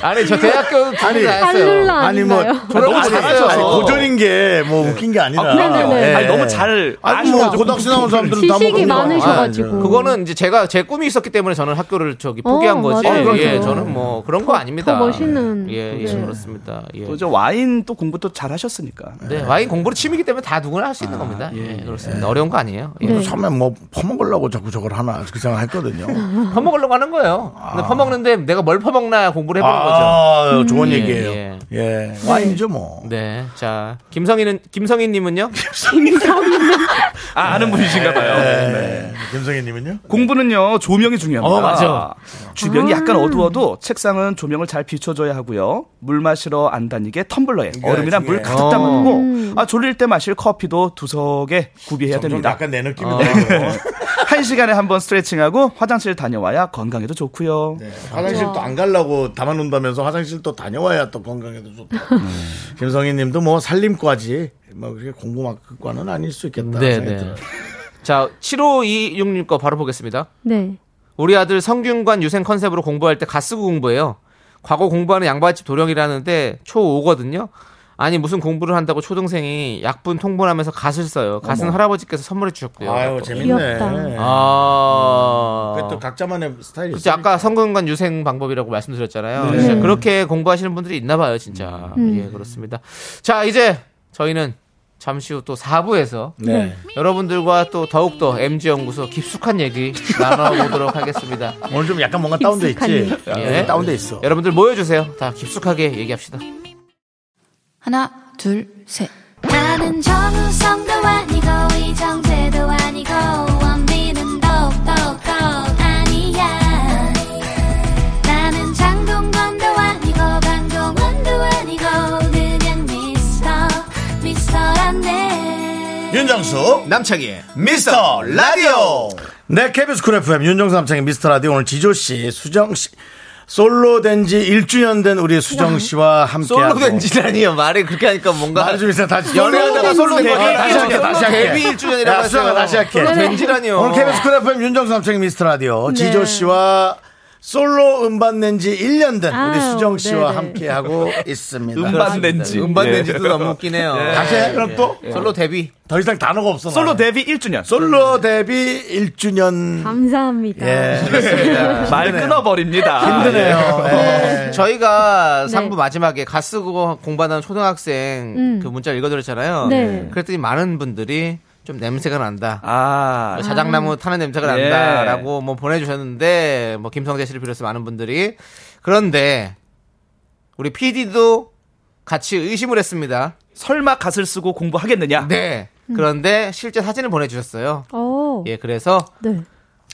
B: 아니 저 대학교
A: 아니,
B: 아니 나였어요.
E: 탈룰라
A: 아니 뭐
E: 아닌가요?
A: 너무
C: 잘하셔.
A: 아니, 고전인 게 뭐 웃긴 게 아니라.
E: 그럼요. 네.
C: 아니, 너무 잘
A: 아니 뭐
C: 아시고
A: 고등학생 나온 사람들은 다
E: 지식이
A: 먹는 거
E: 많으셔가지고.
A: 아니죠.
B: 네. 그거는 이제 제가 제 꿈이 있었기 때문에 저는 학교를 저기
E: 어,
B: 포기한 거지.
E: 맞아요.
A: 그렇죠.
B: 예, 저는 뭐 그런 거 아닙니다.
E: 더 멋있는.
B: 예, 예,
E: 네.
B: 그렇습니다. 예.
C: 또저 와인 또 공부도 잘 하셨으니까.
B: 네, 와인 공부를 취미이기 때문에 다 누구나 할 수 있는 겁니다. 예, 그렇습니다. 어려운 거 아니에요. 예.
E: 네.
A: 처음에 뭐 퍼먹으려고 자꾸 저걸 하나 그 생각했거든요.
B: 퍼먹으려고 하는 거예요. 근데 퍼먹는데 내가 뭘 퍼먹나 공부를 해보는 거죠.
A: 아, 좋은
B: 예,
A: 얘기예요. 예,
B: 예.
A: 와인이죠 뭐.
B: 네, 자 김성희는 김성희님은요.
C: 아, 아는 분이신가 봐요.
A: 네. 김성희님은요?
C: 공부는요 조명이 중요합니다.
B: 어, 맞아.
C: 주변이 약간 어두워도 책상은 조명을 잘 비춰줘야 하고요. 물 마시러 안 다니게 텀블러에
A: 네,
C: 얼음이랑 물 가득
B: 어.
C: 담고 아 졸릴 때 마실 커피도 두석에 구비해야
A: 좀
C: 됩니다.
A: 약간 내 느낌이 나요.
C: 한 시간에 한 번 스트레칭하고 화장실 다녀와야 건강에도 좋고요.
A: 네. 화장실 또 안 가려고 담아놓는다면서 화장실 또 다녀와야 또 건강에도 좋다. 김성희 님도 뭐 살림과지 뭐 그렇게 공부만과는 아닐 수 있겠다.
B: 네,
A: 생각이
B: 네.
A: 들어요.
B: 자 75266님 거 바로 보겠습니다.
E: 네.
B: 우리 아들 성균관 유생 컨셉으로 공부할 때 가 쓰고 공부해요. 과거 공부하는 양반집 도령이라는데 초5거든요. 아니 무슨 공부를 한다고 초등생이 약분 통분하면서 갓을 써요. 갓은 할아버지께서 선물해 주셨고요.
A: 아유, 재밌네. 음,
E: 귀엽다.
B: 아.
A: 그게 또 각자만의 스타일이
B: 그치,
A: 있어요.
B: 아까 성균관 유생 방법이라고 말씀드렸잖아요.
A: 네.
B: 진짜 그렇게 공부하시는 분들이 있나 봐요, 진짜.
A: 음.
B: 예, 그렇습니다. 자, 이제 저희는 잠시 후 또 4부에서
A: 네.
B: 여러분들과 또 더욱더 MG연구소 깊숙한 얘기 나눠보도록 하겠습니다.
A: 오늘 좀 약간 뭔가 다운돼 있지? 아,
E: 익숙하니.
B: 예.
A: 다운돼 있어.
B: 여러분들 모여주세요. 다 깊숙하게 얘기합시다.
G: 하나, 둘, 셋.
F: 나는 정우성도 아니고 이정재도 아니고 원빈은 더욱더 아니야 나는 장동건도 아니고 강동원도 아니고 그냥 미스터 미스터란데
A: 윤정수 남창희 미스터 라디오 네 KBS 쿨 FM 윤정수 남창희 미스터 라디오 오늘 지조씨 수정씨 솔로 된 지 1주년 된 우리 수정씨와 함께
B: 솔로 된지라니요. 말이 그렇게 하니까 뭔가.
A: 말을 좀 있어 다시
B: 연애하다가 솔로
A: 데뷔
B: 된 거지.
A: 다시 할게 다시
B: 솔로
A: 할게
B: 데뷔 1주년이라고
A: 야, 수정아,
B: 했어요.
A: 다시 할게
B: 솔로 된지라니요. 네.
A: 오늘 KBS 쿨 FM 윤정수 남창희 미스터 라디오 지조씨와 솔로 음반 낸 지 1년 된 우리
E: 아유,
A: 수정씨와
E: 네네.
A: 함께하고 있습니다
C: 음반 낸지
A: 네.
B: 음반 낸지도 예. 너무 웃기네요. 네,
A: 다시 해 그럼 또 더
B: 솔로 데뷔.
A: 이상 단어가 없어
C: 솔로
A: 나는.
C: 데뷔 1주년
A: 솔로 데뷔 1주년
E: 감사합니다.
A: 예.
C: 말 끊어버립니다.
A: 힘드네요. 예.
B: 저희가
E: 네.
B: 상부 마지막에 갓 쓰고 공부하는 초등학생
E: 음.
B: 그 문자 를 읽어드렸잖아요.
E: 네.
B: 그랬더니 많은 분들이 좀 냄새가 난다.
C: 아
B: 자작나무 타는 냄새가
C: 예.
B: 난다라고 뭐 보내주셨는데 뭐 김성재 씨를 비롯해서 많은 분들이 그런데 우리 PD도 같이 의심을 했습니다.
C: 설마 갓을 쓰고 공부하겠느냐?
B: 네. 그런데 실제 사진을 보내주셨어요.
E: 오.
B: 예, 그래서
E: 네.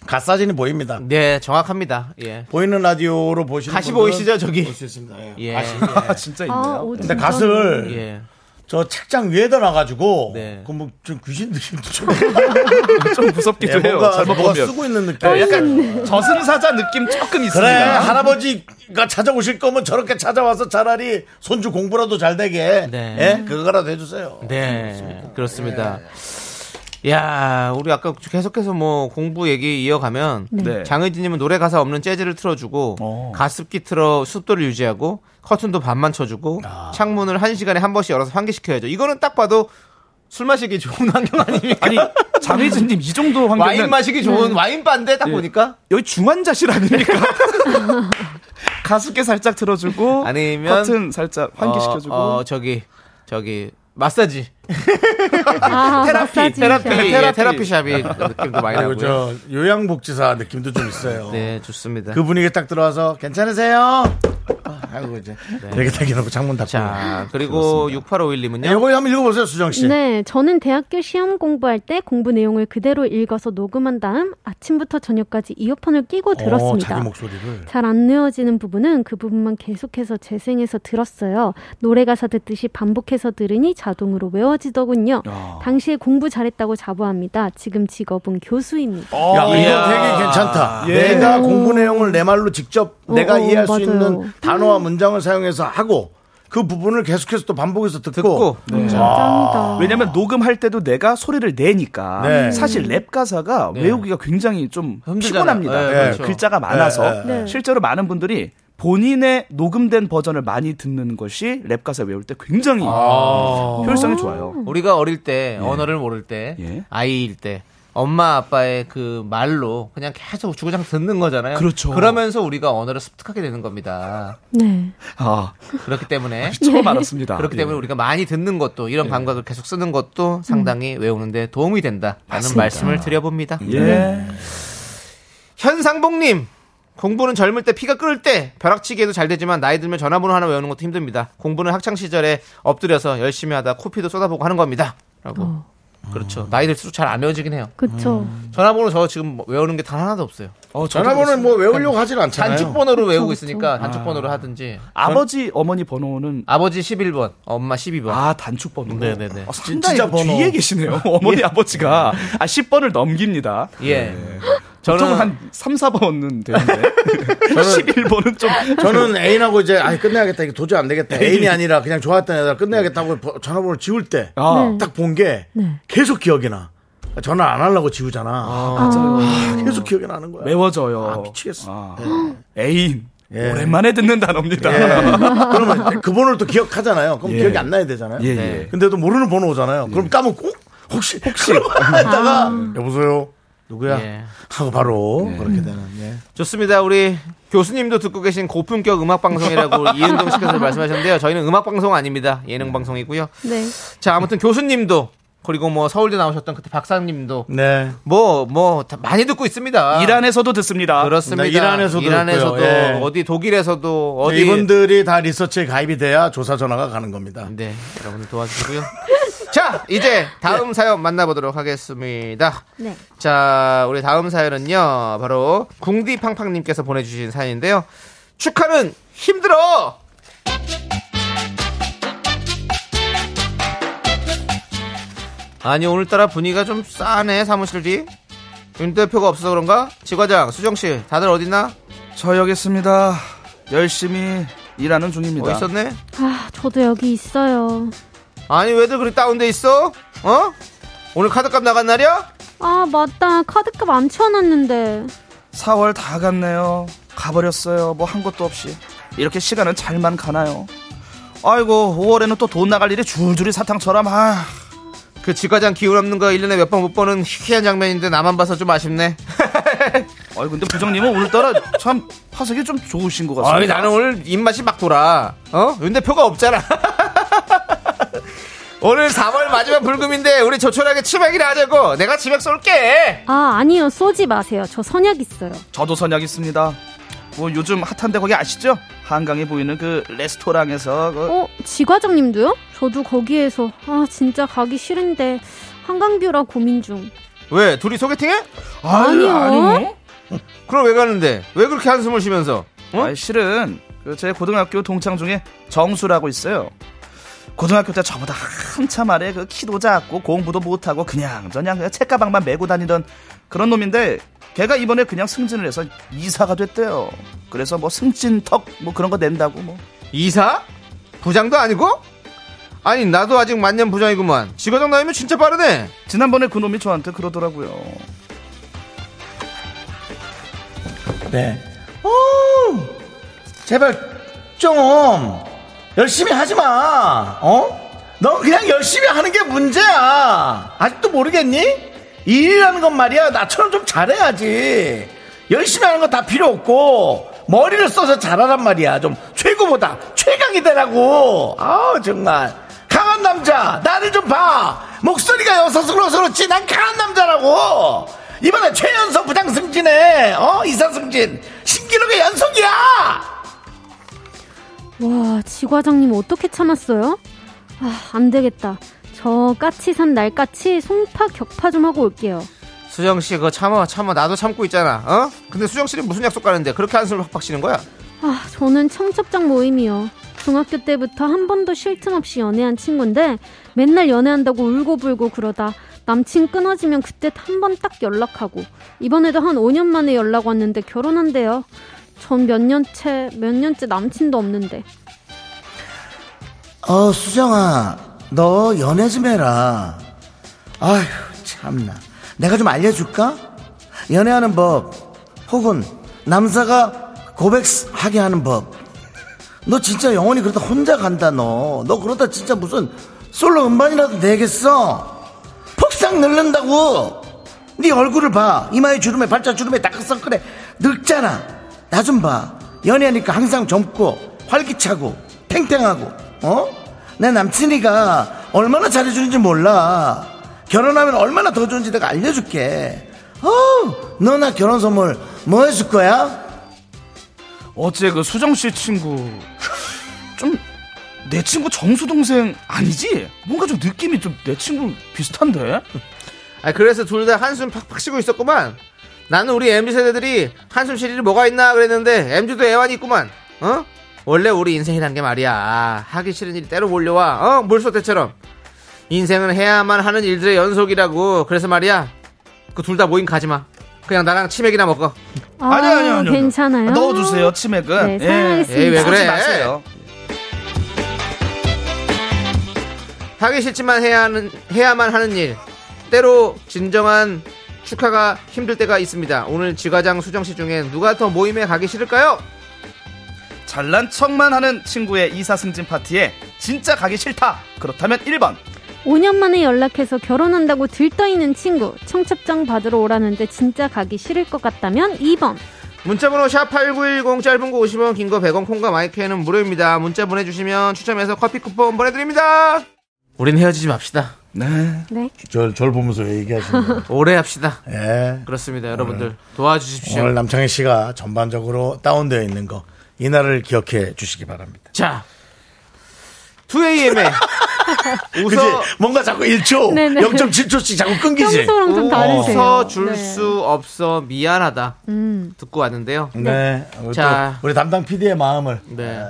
A: 갓 사진이 보입니다.
B: 네 정확합니다. 예.
A: 보이는 라디오로 보시는
B: 다시
A: 분들은
B: 보이시죠 저기?
A: 볼수 있습니다. 예.
B: 예.
A: 가시.
C: 아 진짜 있네요.
E: 아, 오,
A: 근데
E: 진짜로.
A: 갓을
B: 예.
A: 저 책장 위에다 놔가지고
B: 네.
A: 그뭐좀 귀신 느낌도 좀
C: 좀 무섭기도
A: 예,
C: 해요.
A: 뭔가
C: 잘못
A: 뭐가
C: 보면
A: 쓰고 있는 느낌.
C: 네, 약간 저승사자 느낌 조금
A: 그래
C: 있습니다.
A: 할아버지가 찾아오실 거면 저렇게 찾아와서 차라리 손주 공부라도 잘 되게
B: 네.
A: 예? 그거라도 해주세요.
B: 네, 그렇습니다. 야, 우리 아까 계속해서 뭐 공부 얘기 이어가면
C: 네.
B: 장의진님은 노래 가사 없는 재즈를 틀어주고 가습기 틀어 습도를 유지하고 커튼도 반만 쳐주고 창문을 한 시간에 한 번씩 열어서 환기시켜야죠. 이거는 딱 봐도 술 마시기 좋은 환경 아닙니까?
C: 아니 장혜진님 이 정도
B: 와인
C: 아, 환경은
B: 마시기 좋은 와인 바인데 딱 보니까
C: 여기 중환자실 아닙니까? 가습기 살짝 틀어주고
B: 아니면
C: 커튼 살짝 환기시켜주고
B: 어, 어, 저기 저기 마사지
E: 아, 마사지
B: 테라피
E: 샵.
B: 예, 테라피 샵이 느낌도 많이
A: 아, 그리고
B: 나고요.
A: 저 요양복지사 느낌도 좀 있어요.
B: 네, 좋습니다.
A: 그 분위기 딱 들어와서 괜찮으세요? 아이고 이제 이렇게 딱 이러고 창문 닫고.
B: 네.
A: 예,
B: 자, 그리고 6851님은요.
A: 요거 한번 읽어보세요 수정 씨.
E: 네, 저는 대학교 시험 공부할 때 공부 내용을 그대로 읽어서 녹음한 다음 아침부터 저녁까지 이어폰을 끼고
A: 어,
E: 들었습니다.
A: 자기 목소리를.
E: 잘 안 외워지는 부분은 그 부분만 계속해서 재생해서 들었어요. 노래 가사 듣듯이 반복해서 들으니 자동으로 외워지더군요. 당시에 공부 잘했다고 자부합니다. 지금 직업은 교수입니다.
A: 야, 이거 되게 괜찮다.
C: 예.
A: 내가 공부 내용을 내 말로 직접
E: 어,
A: 내가
E: 어,
A: 이해할 수
E: 맞아요.
A: 있는 단어와 문장을 사용해서 하고 그 부분을 계속해서 또 반복해서 듣고.
B: 듣고.
E: 짱이다.
C: 네. 왜냐면 녹음할 때도 내가 소리를 내니까
A: 네.
C: 사실 랩 가사가 외우기가 굉장히 좀
B: 네. 힘들잖아요.
C: 피곤합니다.
B: 네,
A: 그렇죠.
C: 글자가 많아서
A: 네,
E: 네.
C: 실제로 많은 분들이 본인의 녹음된 버전을 많이 듣는 것이 랩 가사 외울 때 굉장히
B: 아.
C: 효율성이 좋아요.
B: 우리가 어릴 때 언어를 모를 때
C: 음. 예.
B: 아이일 때 엄마 아빠의 그 말로 그냥 계속 주구장 듣는 거잖아요.
C: 그렇죠.
B: 그러면서 우리가 언어를 습득하게 되는 겁니다.
E: 네.
C: 아,
B: 그렇기 때문에
C: 처음 알았습니다.
B: 그렇기
C: 예.
B: 때문에 우리가 많이 듣는 것도 이런 감각을 계속 쓰는 것도
C: 음.
B: 상당히 외우는데 도움이 된다라는 말씀을 드려봅니다. 네.
C: 예.
B: 현상복님 공부는 젊을 때 피가 끓을 때 벼락치기에도 잘 되지만 나이 들면 전화번호 하나 외우는 것도 힘듭니다. 공부는 학창 시절에 엎드려서 열심히 하다 코피도 쏟아보고 하는 겁니다.라고 그렇죠. 나이 들수록 잘 안 외워지긴 해요.
E: 어. 그쵸.
B: 전화번호 저 지금 뭐 외우는 게 단 하나도 없어요.
C: 아,
A: 전화번호는 뭐 외우려고 하진 않잖아요.
B: 단축 번호로 외우고 있으니까 단축 번호로 하든지
C: 아버지 어머니 번호는
B: 아버지 11번, 엄마 12번.
C: 아 단축 번호.
B: 네네네.
C: 어, 상당히
A: 진짜 번호.
C: 뒤에 계시네요. 어머니 아버지가 아 10번을 넘깁니다.
B: 예.
C: 보통
B: 저는
C: 한 3, 4번은 되는데 11번은 좀 아,
A: 저는 애인하고 이제 아 끝내야겠다 이게 도저히 안 되겠다 애인이 아니라 그냥 좋아했던 애들 끝내야겠다고 버- 전화번호를 지울 때 딱
C: 아,
E: 네.
A: 본 게
E: 네.
A: 계속 기억이 나 전화 안 하려고 지우잖아 아, 계속 기억이 나는 거야
C: 외워져요.
A: 아, 미치겠어
C: 아, 애인.
A: 예.
C: 오랜만에 듣는 단어입니다.
A: 예. 그러면 이제 그 번호를 또 기억하잖아요 그럼 기억이 안 나야 되잖아요
C: 예, 예.
A: 근데도 모르는 번호 오잖아요 그럼 까먹고 어? 혹시 혹시 했다가 여보세요 누구야
B: 예.
A: 하고 바로 그렇게 되는 예.
B: 좋습니다. 우리 교수님도 듣고 계신 고품격 음악 방송이라고 이은정 씨께서 말씀하셨는데요. 저희는 음악 방송 아닙니다. 예능 방송이고요.
E: 네.
B: 자, 아무튼 교수님도 그리고 뭐 서울대 나오셨던 그때 박사님도
A: 네.
B: 뭐 뭐 많이 듣고 있습니다. 아,
C: 이란에서도 듣습니다.
B: 그렇습니다.
A: 이란에서도
B: 이란에서도
A: 그렇고요. 예. 네,
B: 어디 독일에서도 어디
A: 이분들이 다 리서치에 가입이 돼야 조사 전화가 가는 겁니다
B: 네, 여러분들 도와주시고요. 자, 이제 다음 사연 만나보도록 하겠습니다.
E: 네.
B: 자, 우리 다음 사연은요, 바로 궁디팡팡님께서 보내주신 사연인데요. 축하는 힘들어! 아니, 오늘따라 분위기가 좀 싸네, 사무실이. 윤 대표가 없어서 그런가? 지과장, 수정씨, 다들 어딨나?
C: 저 여기 있습니다. 열심히 일하는 중입니다.
B: 어디 있었네?
E: 아, 저도 여기 있어요.
B: 아니, 왜들 그리 다운돼 있어? 어? 오늘 카드값 나간 날이야?
E: 아, 맞다. 카드값 안 채워놨는데.
C: 4월 다 갔네요. 가버렸어요. 뭐 한 것도 없이. 이렇게 시간은 잘만 가나요? 아이고, 5월에는 또 돈 나갈 일이 줄줄이 사탕처럼, 아.
B: 그 직과장 기운 없는 거 1년에 몇 번 못 보는 희귀한 장면인데 나만 봐서 좀 아쉽네.
C: 아이 근데 부장님은 오늘따라 참 파색이 좀 좋으신 것 같습니다.
B: 아니 나는 오늘 입맛이 막 돌아. 어? 윤 대표가 없잖아. 오늘 3월 마지막 불금인데 우리 조촐하게 치맥이나 하자고. 내가 치맥 쏠게.
E: 아, 아니요. 쏘지 마세요. 저 선약 있어요.
C: 저도 선약 있습니다. 뭐 요즘 핫한데 거기 아시죠? 한강에 보이는 그 레스토랑에서 그
E: 어, 지과장님도요? 저도 거기에서. 아, 진짜 가기 싫은데. 한강뷰라 고민 중.
B: 왜? 둘이 소개팅해?
E: 아니요. 아니요.
B: 그럼 왜 가는데? 왜 그렇게 한숨을 쉬면서? 어?
C: 아니, 실은 그제 고등학교 동창 중에 정수라고 있어요. 고등학교 때 저보다 한참 아래 그 키도 작고 공부도 못하고 그냥 저냥 그냥 책가방만 메고 다니던 그런 놈인데 걔가 이번에 그냥 승진을 해서 이사가 됐대요. 그래서 뭐 승진턱 뭐 그런 거 낸다고 뭐
B: 이사? 부장도 아니고? 아니 나도 아직 만년 부장이구만. 지과장 나이면 진짜 빠르네.
C: 지난번에 그 놈이 저한테 그러더라고요.
A: 네. 어, 제발 좀 열심히 하지 마. 어? 넌 그냥 열심히 하는 게 문제야. 아직도 모르겠니? 일이라는 건 말이야. 나처럼 좀 잘해야지. 열심히 하는 거 다 필요 없고 머리를 써서 잘하란 말이야. 좀 최고보다 최강이 되라고. 아 정말 강한 남자 나를 좀 봐. 목소리가 여성스러워서 그렇지 난 강한 남자라고. 이번에 최연소 부장 승진해. 어? 이사 승진. 신기록의 연속이야!
E: 와, 지과장님 어떻게 참았어요? 아, 안 되겠다. 저 까치산 날까치 송파 격파 좀 하고 올게요.
B: 수정 씨 그거 참아 참아 나도 참고 있잖아. 어? 근데 수정 씨는 무슨 약속 가는데 그렇게 한숨을 팍팍 쉬는 거야?
E: 아, 저는 청첩장 모임이요. 중학교 때부터 한 번도 쉴 틈 없이 연애한 친구인데 맨날 연애한다고 울고불고 그러다 남친 끊어지면 그때 한 번 딱 연락하고 이번에도 한 5년 만에 연락 왔는데 결혼한대요. 전 몇 년째 몇 년째 남친도 없는데
A: 어, 수정아. 너 연애 좀 해라. 아휴, 참나. 내가 좀 알려줄까? 연애하는 법. 혹은 남사가 고백하게 하는 법. 너 진짜 영원히 그러다 혼자 간다 너. 너 그러다 진짜 무슨 솔로 음반이라도 내겠어. 폭삭 늙는다고. 네 얼굴을 봐. 이마에 주름에 발자 주름에 다크서클에 늙잖아. 나 좀 봐. 연애하니까 항상 젊고 활기차고 탱탱하고 어? 내 남친이가 얼마나 잘해주는지 몰라. 결혼하면 얼마나 더 좋은지 내가 알려줄게. 어, 너 나 결혼 선물 뭐 해줄 거야?
C: 어제 그 수정 씨 친구 좀. 내 친구 정수 동생 아니지? 뭔가 좀 느낌이 좀 내 친구 비슷한데?
B: 아 그래서 둘 다 한숨 팍팍 쉬고 있었구만. 나는 우리 MZ 세대들이 한숨 쉴 일이 뭐가 있나 그랬는데 MZ도 애환이 있구만. 어? 원래 우리 인생이란 게 말이야. 하기 싫은 일이 때로 몰려와. 어? 물소대처럼. 인생은 해야만 하는 일들의 연속이라고. 그래서 말이야. 그 둘 다 모임 가지 마. 그냥 나랑 치맥이나 먹어.
E: 아,
C: 아니요, 아니요, 아니요.
E: 괜찮아요.
C: 넣어두세요, 치맥은.
E: 음.
C: 예.
E: 네, 사랑하겠습니다.
B: 에이, 예, 왜
C: 하지
B: 그래?
C: 마세요.
B: 하기 싫지만 해야 하는, 해야만 하는 일. 때로 진정한 축하가 힘들 때가 있습니다. 오늘 지과장 수정 씨 중에 누가 더 모임에 가기 싫을까요?
C: 잘난 척만 하는 친구의 이사 승진 파티에 진짜 가기 싫다. 그렇다면 1번.
E: 5년 만에 연락해서 결혼한다고 들떠있는 친구. 청첩장 받으러 오라는데 진짜 가기 싫을 것 같다면 2번.
B: 문자번호 샵8910 짧은 거 50원 긴 거 100원 콩과 마이크에는 무료입니다 문자 보내주시면 추첨해서 커피 쿠폰 보내드립니다 우린 헤어지지 맙시다
C: 네.
E: 네.
A: 저를 저를 보면서 왜 얘기하시는 거예요?
B: 오래 합시다
A: 예.
B: 그렇습니다 여러분들 도와주십시오
A: 오늘 남창희 씨가 전반적으로 다운되어 있는 거 이날을 기억해 주시기 바랍니다.
B: 자 2AM에
A: 그지?
B: 웃어
A: 뭔가 자꾸 1초,
E: 네네.
A: 0.7초씩 자꾸 끊기지.
E: 평소랑 좀 다르세요.
B: 웃어 줄
E: 네. 음.
B: 수 없어 미안하다 듣고 왔는데요
A: 네. 우리 또
B: 자.
A: 우리 담당 PD의 마음을
B: 네,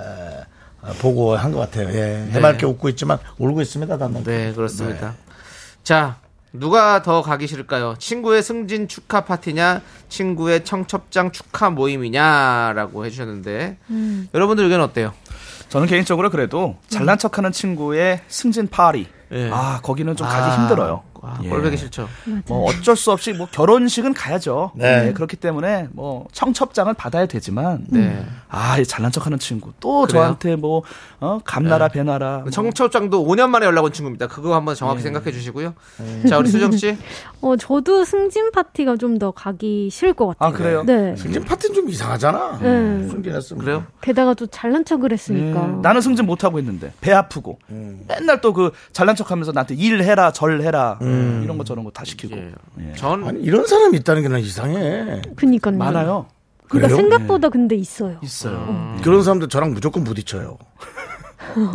A: 어, 보고 한 것 같아요. 예. 해맑게 웃고 있지만 울고 있습니다, 담당. PD.
B: 네 그렇습니다 자 누가 더 가기 싫을까요 친구의 승진 축하 파티냐 친구의 청첩장 축하 모임이냐라고 해주셨는데 여러분들 의견 어때요
C: 저는 개인적으로 그래도 잘난 척하는 친구의 승진 파리.
B: 예.
C: 아 거기는 좀
B: 아,
C: 가기 힘들어요.
B: 아,
C: 예.
B: 꼴보기 싫죠.
C: 뭐 어쩔 수 없이 뭐 결혼식은 가야죠.
A: 네.
C: 네, 그렇기 때문에 뭐 청첩장은 받아야 되지만
B: 네.
C: 아이 잘난 척하는 친구 또
B: 그래요? 네. 그렇죠.
C: 저한테 뭐 어, 감나라 배나라 뭐
B: 청첩장도 5년 만에 연락 온 친구입니다. 그거 한번 정확히 생각해 주시고요. 자, 우리 수정 씨.
E: 어, 저도 승진 파티가 좀 더 가기 싫을 것 같아요.
C: 아 그래요.
E: 네.
A: 승진 파티는 좀 이상하잖아.
E: 네.
A: 숨겨놨으면.
B: 그래요?
E: 게다가 또 잘난 척을 했으니까.
C: 예, 나는 승진 못 하고 있는데 배 아프고 맨날 또 그 잘난 척하면서 나한테 일 해라 절 해라 이런 거 저런 거 다 시키고 예.
B: 전
A: 아니, 이런 사람이 있다는 게 난 이상해.
E: 그니까요.
C: 많아요.
E: 그러니까
A: 그래요?
E: 생각보다 근데 있어요.
C: 있어요.
B: 음.
A: 그런 사람들 저랑 무조건 부딪혀요.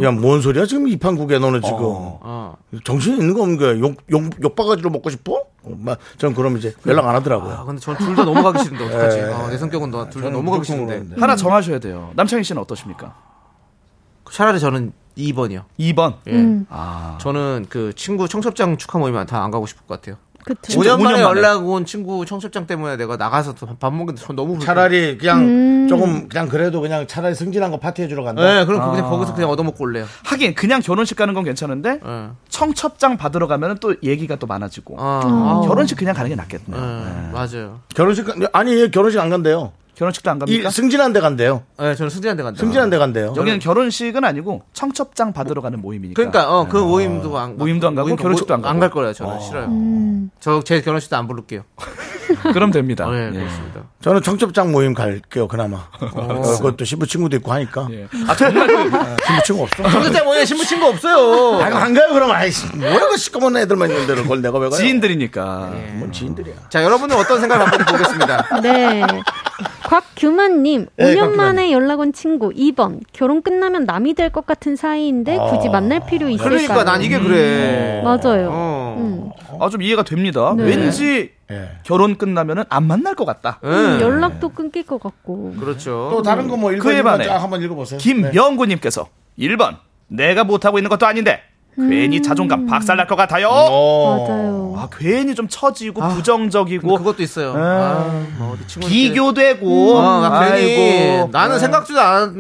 A: 야, 뭔 소리야? 지금 이 판국에 너는 지금.
B: 어.
A: 정신 있는 거 없는 거야. 욕, 욕, 욕바가지로 먹고 싶어? 어, 막, 전 그럼 이제 연락 안 하더라고요.
B: 아, 근데 전 둘 다 너무 가기 싫은데 어떡하지?
A: 예.
B: 아, 내 성격은 너 둘 다
A: 저는
B: 너무 가기
A: 무조건
B: 싫은데.
A: 그러는데.
C: 하나 정하셔야 돼요. 남창희 씨는 어떠십니까?
B: 차라리 저는 2번이요.
C: 2번.
B: 예. 저는 그 친구 청첩장 축하 모임에 다 안 가고 싶을 것 같아요.
E: 그쵸.
B: 5년 만에
C: 오년 만에.
B: 연락 온 친구 청첩장 때문에 내가 나가서 또밥 먹는데 전 너무 불편.
A: 차라리 그냥
E: 음.
A: 조금 그냥 그래도 그냥 차라리 승진한 거 파티해 주러 간다.
C: 네.
B: 예, 그럼 그냥
C: 아.
B: 거기서 그냥 얻어먹고 올래요.
C: 하긴 그냥 결혼식 가는 건 괜찮은데
B: 예. 아,
C: 청첩장 받으러 가면 또 얘기가 또 많아지고
B: 아,
C: 결혼식 그냥 가는 게 낫겠네요.
B: 예, 맞아요.
A: 결혼식 간- 아니 얘 결혼식 안 간대요.
C: 결혼식도 안
A: 이
C: 갑니까? 아.
A: 승진한 데 간대요.
B: 예, 저는 승진한테 간다.
A: 승진한 데 간대요.
C: 여기는 결혼식은 아니고 청첩장 받으러 가는 모임이니까.
B: 그러니까 어 그 모임도 안
C: 아. 모임도 안 가고 결혼식도 안 가고.
B: 안갈 거예요 저는 싫어요.
E: 음.
B: 저 제 결혼식도 안 부를게요.
C: 그럼 됩니다.
B: 아, 예,
C: 예.
B: 그렇습니다.
A: 저는 청첩장 모임 갈게요. 그나마. 어, 그것도 시부 친구도 있고 하니까.
C: 예. 아 정말 그-
A: 시부 친구 없어.
B: 청첩장 모임에 신부 친구 없어요.
A: 아니 안 가요 그럼 아이씨 뭐야 그 시꺼먼 애들만 있는데 그걸 내가 왜 가요?
C: 지인들이니까.
A: 뭔 지인들이야.
B: 자 여러분은 어떤 생각을 한번 보겠습니다.
E: 네. 곽규만님,
A: 네,
E: 5년
A: 곽규만님.
E: 만에 연락 온 친구 2번. 결혼 끝나면 남이 될 것 같은 사이인데 굳이 만날 필요 있을까요?
B: 그러니까 난 이게 그래.
E: 맞아요.
B: 어.
E: 음.
C: 아 좀 이해가 됩니다.
E: 네.
C: 왠지
A: 예.
C: 결혼 끝나면은 안 만날 것 같다.
B: 예.
E: 음, 연락도 끊길 것 같고.
B: 그렇죠.
A: 또 다른 거 뭐 읽어
C: 그에 반해.
A: 한번 읽어보세요. 네.
C: 김영구님께서 1번 내가 못하고 있는 것도 아닌데 괜히 자존감 박살날 것 같아요.
B: 음, 어.
A: 어.
E: 맞아요.
C: 아, 괜히 좀 처지고 부정적이고
B: 아, 뭐, 그것도 있어요.
C: 아,
B: 뭐 어디 친구한테-
C: 비교되고
B: 어, 나 괜히
C: 아, 아이고. 그러니까.
B: 나는 생각지도 않았는데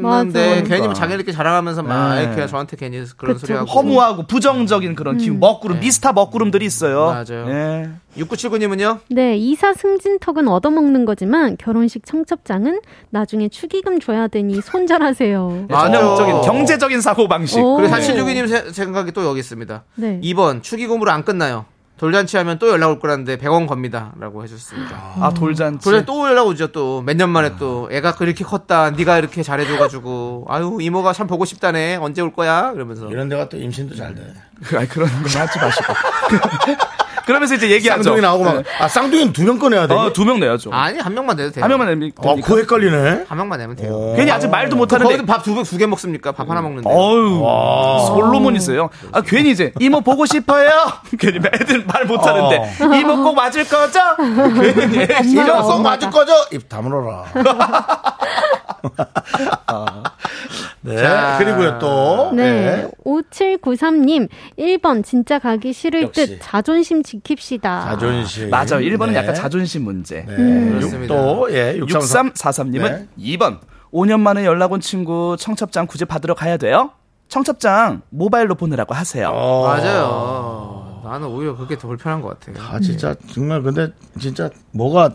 E: 맞아.
B: 괜히 뭐 자기들끼리 자랑하면서 막
C: 네.
B: 이렇게 저한테 괜히 그런
E: 그쵸,
B: 소리 하고
C: 허무하고 부정적인 그런 기운 먹구름 미스터 먹구름들이 있어요.
B: 네. 맞아요.
C: 예.
B: 6979님은요?
E: 네, 이사 승진턱은 얻어먹는 거지만 결혼식 청첩장은 나중에 축의금 줘야 되니 손절하세요.
C: 네,
B: 어.
C: 전형적인 네. 경제적인 사고 방식.
E: 오.
B: 그리고 4762님 세- 생각이 또 여기 있습니다.
E: 네.
B: 2번 축의금으로 안 끝나요. 돌잔치 하면 또 연락 올 거라는데 100원 겁니다라고 해줬습니다.
C: 아 돌잔치.
B: 돌잔치 또 연락 오죠 또 몇 년 만에 또 애가 그렇게 컸다 네가 이렇게 잘해줘가지고 아유 이모가 참 보고 싶다네 언제 올 거야 이러면서
C: 어.
A: 이런 데가 또 임신도 잘
C: 음.
A: 돼.
C: 아니 그런 거 하지 마시고. 그러면서 이제 얘기하죠.
A: 쌍둥이 나오고 막, 아, 쌍둥이는 두 명 꺼내야 돼.
C: 어, 두명 내야죠.
B: 아니 네. 한 명만 내도 돼요.
C: 한 명만 내면
A: 어,
C: 됩니까?
A: 그거 헷갈리네.
B: 한 명만 내면 돼요.
C: 괜히 아직 말도
B: 그 거기도
C: 못하는데
B: 밥두개두 개 먹습니까? 밥
C: 음.
B: 하나 먹는데.
C: 어, 어유 솔로몬이세요. 아 괜히 이제 이모 보고 싶어요. 괜히 애들 말 못하는데
A: 어.
C: 이모 꼭 맞을 거죠? 괜히
A: 이런 썩 맞을 거죠? 입 다물어라. 네. 그리고요 또.
E: 네. 5793님, 1번 진짜 가기 싫을
A: 역시.
E: 듯 자존심 지킵시다.
A: 자존심.
C: 맞아. 요 1번은
A: 네.
C: 약간 자존심 문제.
A: 네.
B: 그렇습니다.
A: 또, 예, 63.
C: 6343님은 2번. 5년 만에 연락 온 친구 청첩장 구제 받으러 가야 돼요? 청첩장 모바일로 보내라고 하세요.
A: 어.
B: 맞아요. 나는 오히려 그게 더 불편한 것 같아요.
A: 아, 진짜, 정말, 근데, 진짜, 뭐가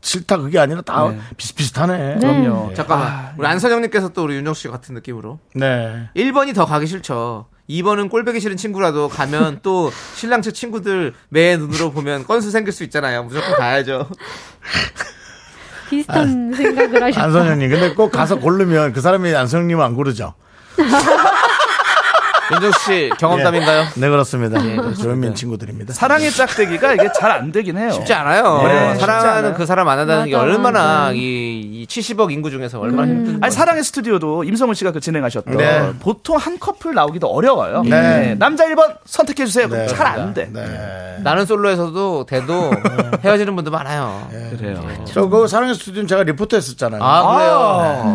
A: 싫다 그게 아니라 다
C: 네.
A: 비슷비슷하네.
E: 네.
B: 잠깐만. 우리 안선영님께서 또 우리 윤정 씨 같은 느낌으로
A: 네.
B: 1번이 더 가기 싫죠. 2번은 꼴보기 싫은 친구라도 가면 또 신랑 측 친구들 매 눈으로 보면 건수 생길 수 있잖아요. 무조건 가야죠.
E: 비슷한 생각을 하셨다.
A: 안선영님, 근데 꼭 가서 고르면 그 사람이 안선영님 안 고르죠.
B: 윤정 씨 경험담인가요?
A: 네, 그렇습니다.
B: 예, 그렇습니다.
A: 조현민 친구들입니다. 네.
C: 사랑의 짝대기가 이게 잘 안 되긴 해요.
B: 쉽지 않아요.
C: 네, 쉽지
B: 사랑하는
C: 않아요.
B: 그 사람 안 한다는 게
E: 맞아, 네.
B: 얼마나 이, 이 70억 인구 중에서
E: 음.
B: 얼마나 힘든
C: 아니 사랑의 스튜디오도 임성훈 씨가 그 진행하셨던
A: 네.
C: 보통 한 커플 나오기도 어려워요.
A: 네.
C: 네, 남자 1번 선택해 주세요.
A: 네.
C: 잘 안 돼.
A: 네.
B: 나는 솔로에서도 돼도 헤어지는 분도 많아요.
C: 그래요.
A: 네. 저그 사랑의 스튜디오는 제가 리포트 했었잖아요.
B: 아 그래요.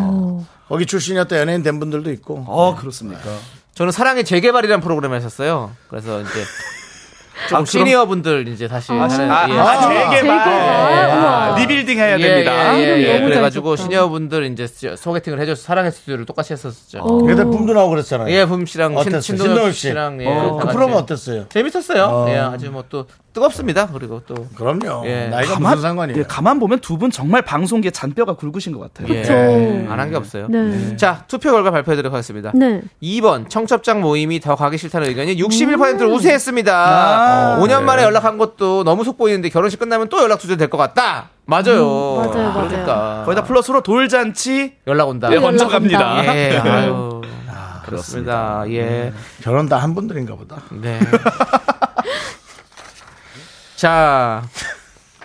A: 거기 출신이었다 연예인 된 분들도 있고.
C: 어 그렇습니까?
B: 저는 사랑의 재개발이라는 프로그램을 했었어요. 그래서 이제 좀 시니어 분들 이제 다시 하는,
C: 아,
B: 예.
C: 아, 재개발. 예.
E: 재개발. 우와.
C: 리빌딩 해야
B: 예,
C: 됩니다. 아,
B: 예, 예, 예.
E: 너무 잘
B: 그래가지고
E: 쳤다.
B: 시니어 분들 이제 시- 소개팅을 해줘서 사랑의 스튜디오를 똑같이 했었죠.
C: 어.
E: 오.
A: 그때 붐도 나오고 그랬잖아요.
B: 예, 붐 씨랑 신-
A: 어땠어요?
B: 신동엽 씨랑 예, 다
A: 그, 그
B: 같이.
A: 프로는 어땠어요?
B: 재밌었어요. 예, 아주 뭐 또 뜨겁습니다. 그리고 또
A: 그럼요.
B: 예.
A: 나이가
C: 가만,
A: 무슨 상관이에요?
C: 예, 가만 보면 두 분 정말 방송계 잔뼈가 굵으신 것 같아요.
B: 예,
A: 네.
E: 그쵸.
B: 안한 게 없어요.
E: 네.
B: 자 투표 결과 발표해드리도록 하겠습니다.
E: 네.
B: 2번 청첩장 모임이 더 가기 싫다는 의견이 61%를 우세했습니다.
C: 아,
B: 5년 만에 연락한 것도 너무 속보이는데 결혼식 끝나면 또 연락 두절 될것 같다. 맞아요.
E: 음, 맞아요, 맞아요.
B: 그러니까
A: 예.
C: 거기다 플러스로 돌잔치
B: 연락 온다.
D: 네,
C: 예, 먼저 갑니다.
B: 예, 아유. 그렇습니다. 예.
A: 결혼 다 한 분들인가 보다.
B: 네. 자,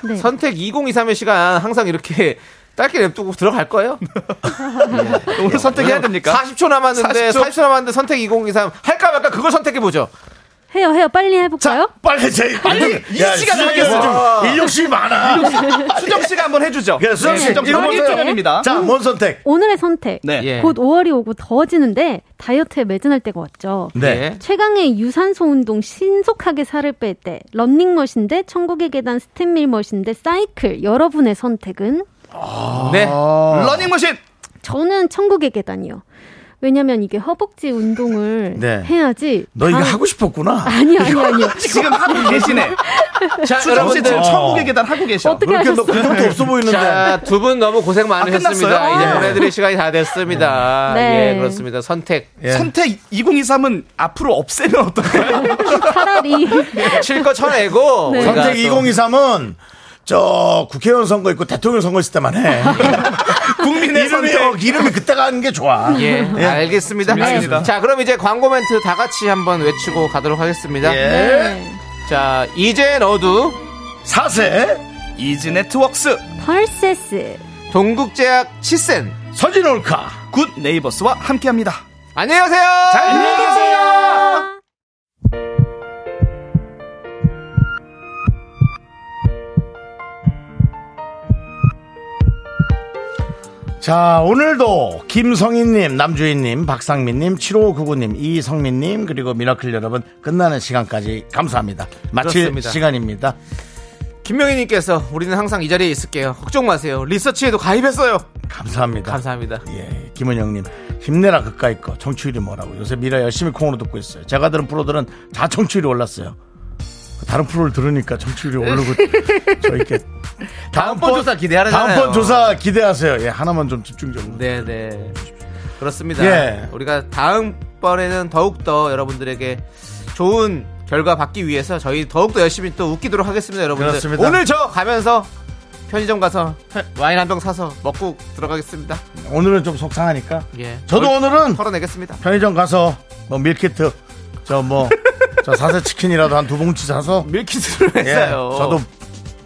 E: 네.
B: 선택 2023의 시간 항상 이렇게 짧게 냅두고 들어갈 거예요?
A: 예.
C: 오늘 선택해야 됩니까?
B: 40초 남았는데,
C: 40초?
B: 40초 남았는데 선택 2023 할까 말까 그걸 선택해보죠.
E: 해요, 해요. 빨리 해볼까요?
A: 빨리 제 빨리
C: 이 시간 하겠어.
A: 좀 일욕심이 많아.
C: 수정 예, 씨가 한번 해주죠. 예,
A: 그래, 예. 수정 씨,
C: 수정 씨
A: 일곱 살.
C: 1주년입니다.
A: 자, 뭔 선택?
E: 오늘의 선택.
C: 네.
B: 예.
E: 곧 5월이 오고 더워지는데 다이어트에 매진할 때가 왔죠.
B: 네.
E: 최강의 유산소 운동 신속하게 살을 뺄 때, 런닝머신 대 천국의 계단 스탠밀머신 대 사이클 여러분의 선택은?
B: 네.
A: 어.
C: 러닝머신.
E: 저는 천국의 계단이요. 왜냐면 이게 허벅지 운동을
A: 네.
E: 해야지.
A: 너 이거
E: 다-
A: 하고 싶었구나.
E: 아니, 아니, 아니요.
C: 지금 하고 계시네.
B: 자,
C: 수정 씨 지금
B: 여러분들.
C: 천국의 계단 하고 계셔.
E: 어떻게
A: 어. 그렇게 너
E: 하셨어요?
A: 근육도 없어 보이는데.
B: 자, 두 분 너무 고생 많으셨습니다.
C: 끝났어요?
B: 이제
C: 아.
B: 보내드릴 시간이 다 됐습니다.
E: 네.
B: 예, 그렇습니다. 선택.
A: 예.
C: 선택 2023은 앞으로 없애면 어떨까요?
E: 차라리.
A: 네.
B: 실컷 쳐내고. 우리가
A: 선택
B: 또-
A: 2023은 저 국회의원 선거 있고 대통령 선거 있을 때만 해.
C: 국민의
A: 이름이
C: 선택.
A: 어, 이름이 그때가 하는 게 좋아.
B: 예, 알겠습니다.
C: 재밌습니다.
B: 자, 그럼 이제 광고 멘트 다 같이 한번 외치고 가도록 하겠습니다.
E: 네.
A: 예.
B: 자, 이제 너도
A: 사세
C: 이지 네트웍스,
E: 펄세스.
B: 동국제약 치센.
A: 서진 올카.
C: 굿 네이버스와 함께합니다.
B: 안녕히 가세요.
C: 안녕히 계세요.
A: 자, 오늘도 김성희님, 남주인님, 박상민님, 7599님, 이성민님, 그리고 미라클 여러분, 끝나는 시간까지 감사합니다. 마칠
B: 그렇습니다.
A: 시간입니다.
B: 김명희님께서 우리는 항상 이 자리에 있을게요. 걱정 마세요. 리서치에도 가입했어요.
A: 감사합니다.
B: 감사합니다.
A: 예, 김은영님, 힘내라 그까이 거. 청취율이 뭐라고. 요새 미라 열심히 콩으로 듣고 있어요. 제가 들은 프로들은 다 청취율이 올랐어요. 다른 프로를 들으니까 청취율이 오르고 저 이렇게
B: 다음번 조사 기대하라잖아요.
A: 다음번 조사 기대하세요. 예, 하나만 좀 집중적으로.
B: 네네. 그렇습니다.
A: 예.
B: 우리가 다음번에는 더욱더 여러분들에게 좋은 결과 받기 위해서 저희 더욱더 열심히 또 웃기도록 하겠습니다, 여러분들.
A: 그렇습니다.
B: 오늘 저 가면서 편의점 가서 와인 한 병 사서 먹고 들어가겠습니다.
A: 오늘은 좀 속상하니까.
B: 예.
A: 저도
B: 덜-
A: 오늘은
B: 털어내겠습니다.
A: 편의점 가서 뭐 밀키트 저 뭐 저 사세 치킨이라도 한 두 봉지 사서
B: 밀키트를
A: 예,
B: 했어요.
A: 저도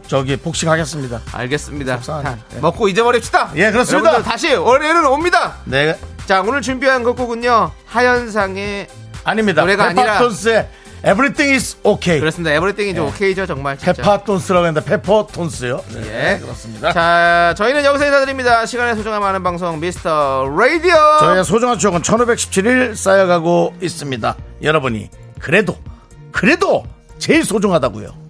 A: 저기 복식하겠습니다.
B: 알겠습니다.
A: 속상하네.
B: 자,
A: 예.
B: 먹고 잊어버립시다.
A: 예, 그렇습니다.
B: 여러분들 다시 월요일은 옵니다.
A: 네,
B: 자, 오늘 준비한 곡곡은요. 하현상의
A: 아닙니다.
B: 노래가 아니라-
A: 페퍼톤스의 Everything is Okay.
B: 그렇습니다. 에브리띵이 좀
A: 예.
B: 오케이죠, 정말. 진짜.
A: 페퍼톤스라고 했는데 페퍼톤스요. 네.
B: 예.
A: 그렇습니다.
B: 자, 저희는 여기서 인사드립니다. 시간의 소중함 아는 방송 미스터 라디오.
A: 저희의 소중한 추억은 1517일 쌓여가고 있습니다. 여러분이 그래도 그래도 제일 소중하다고요.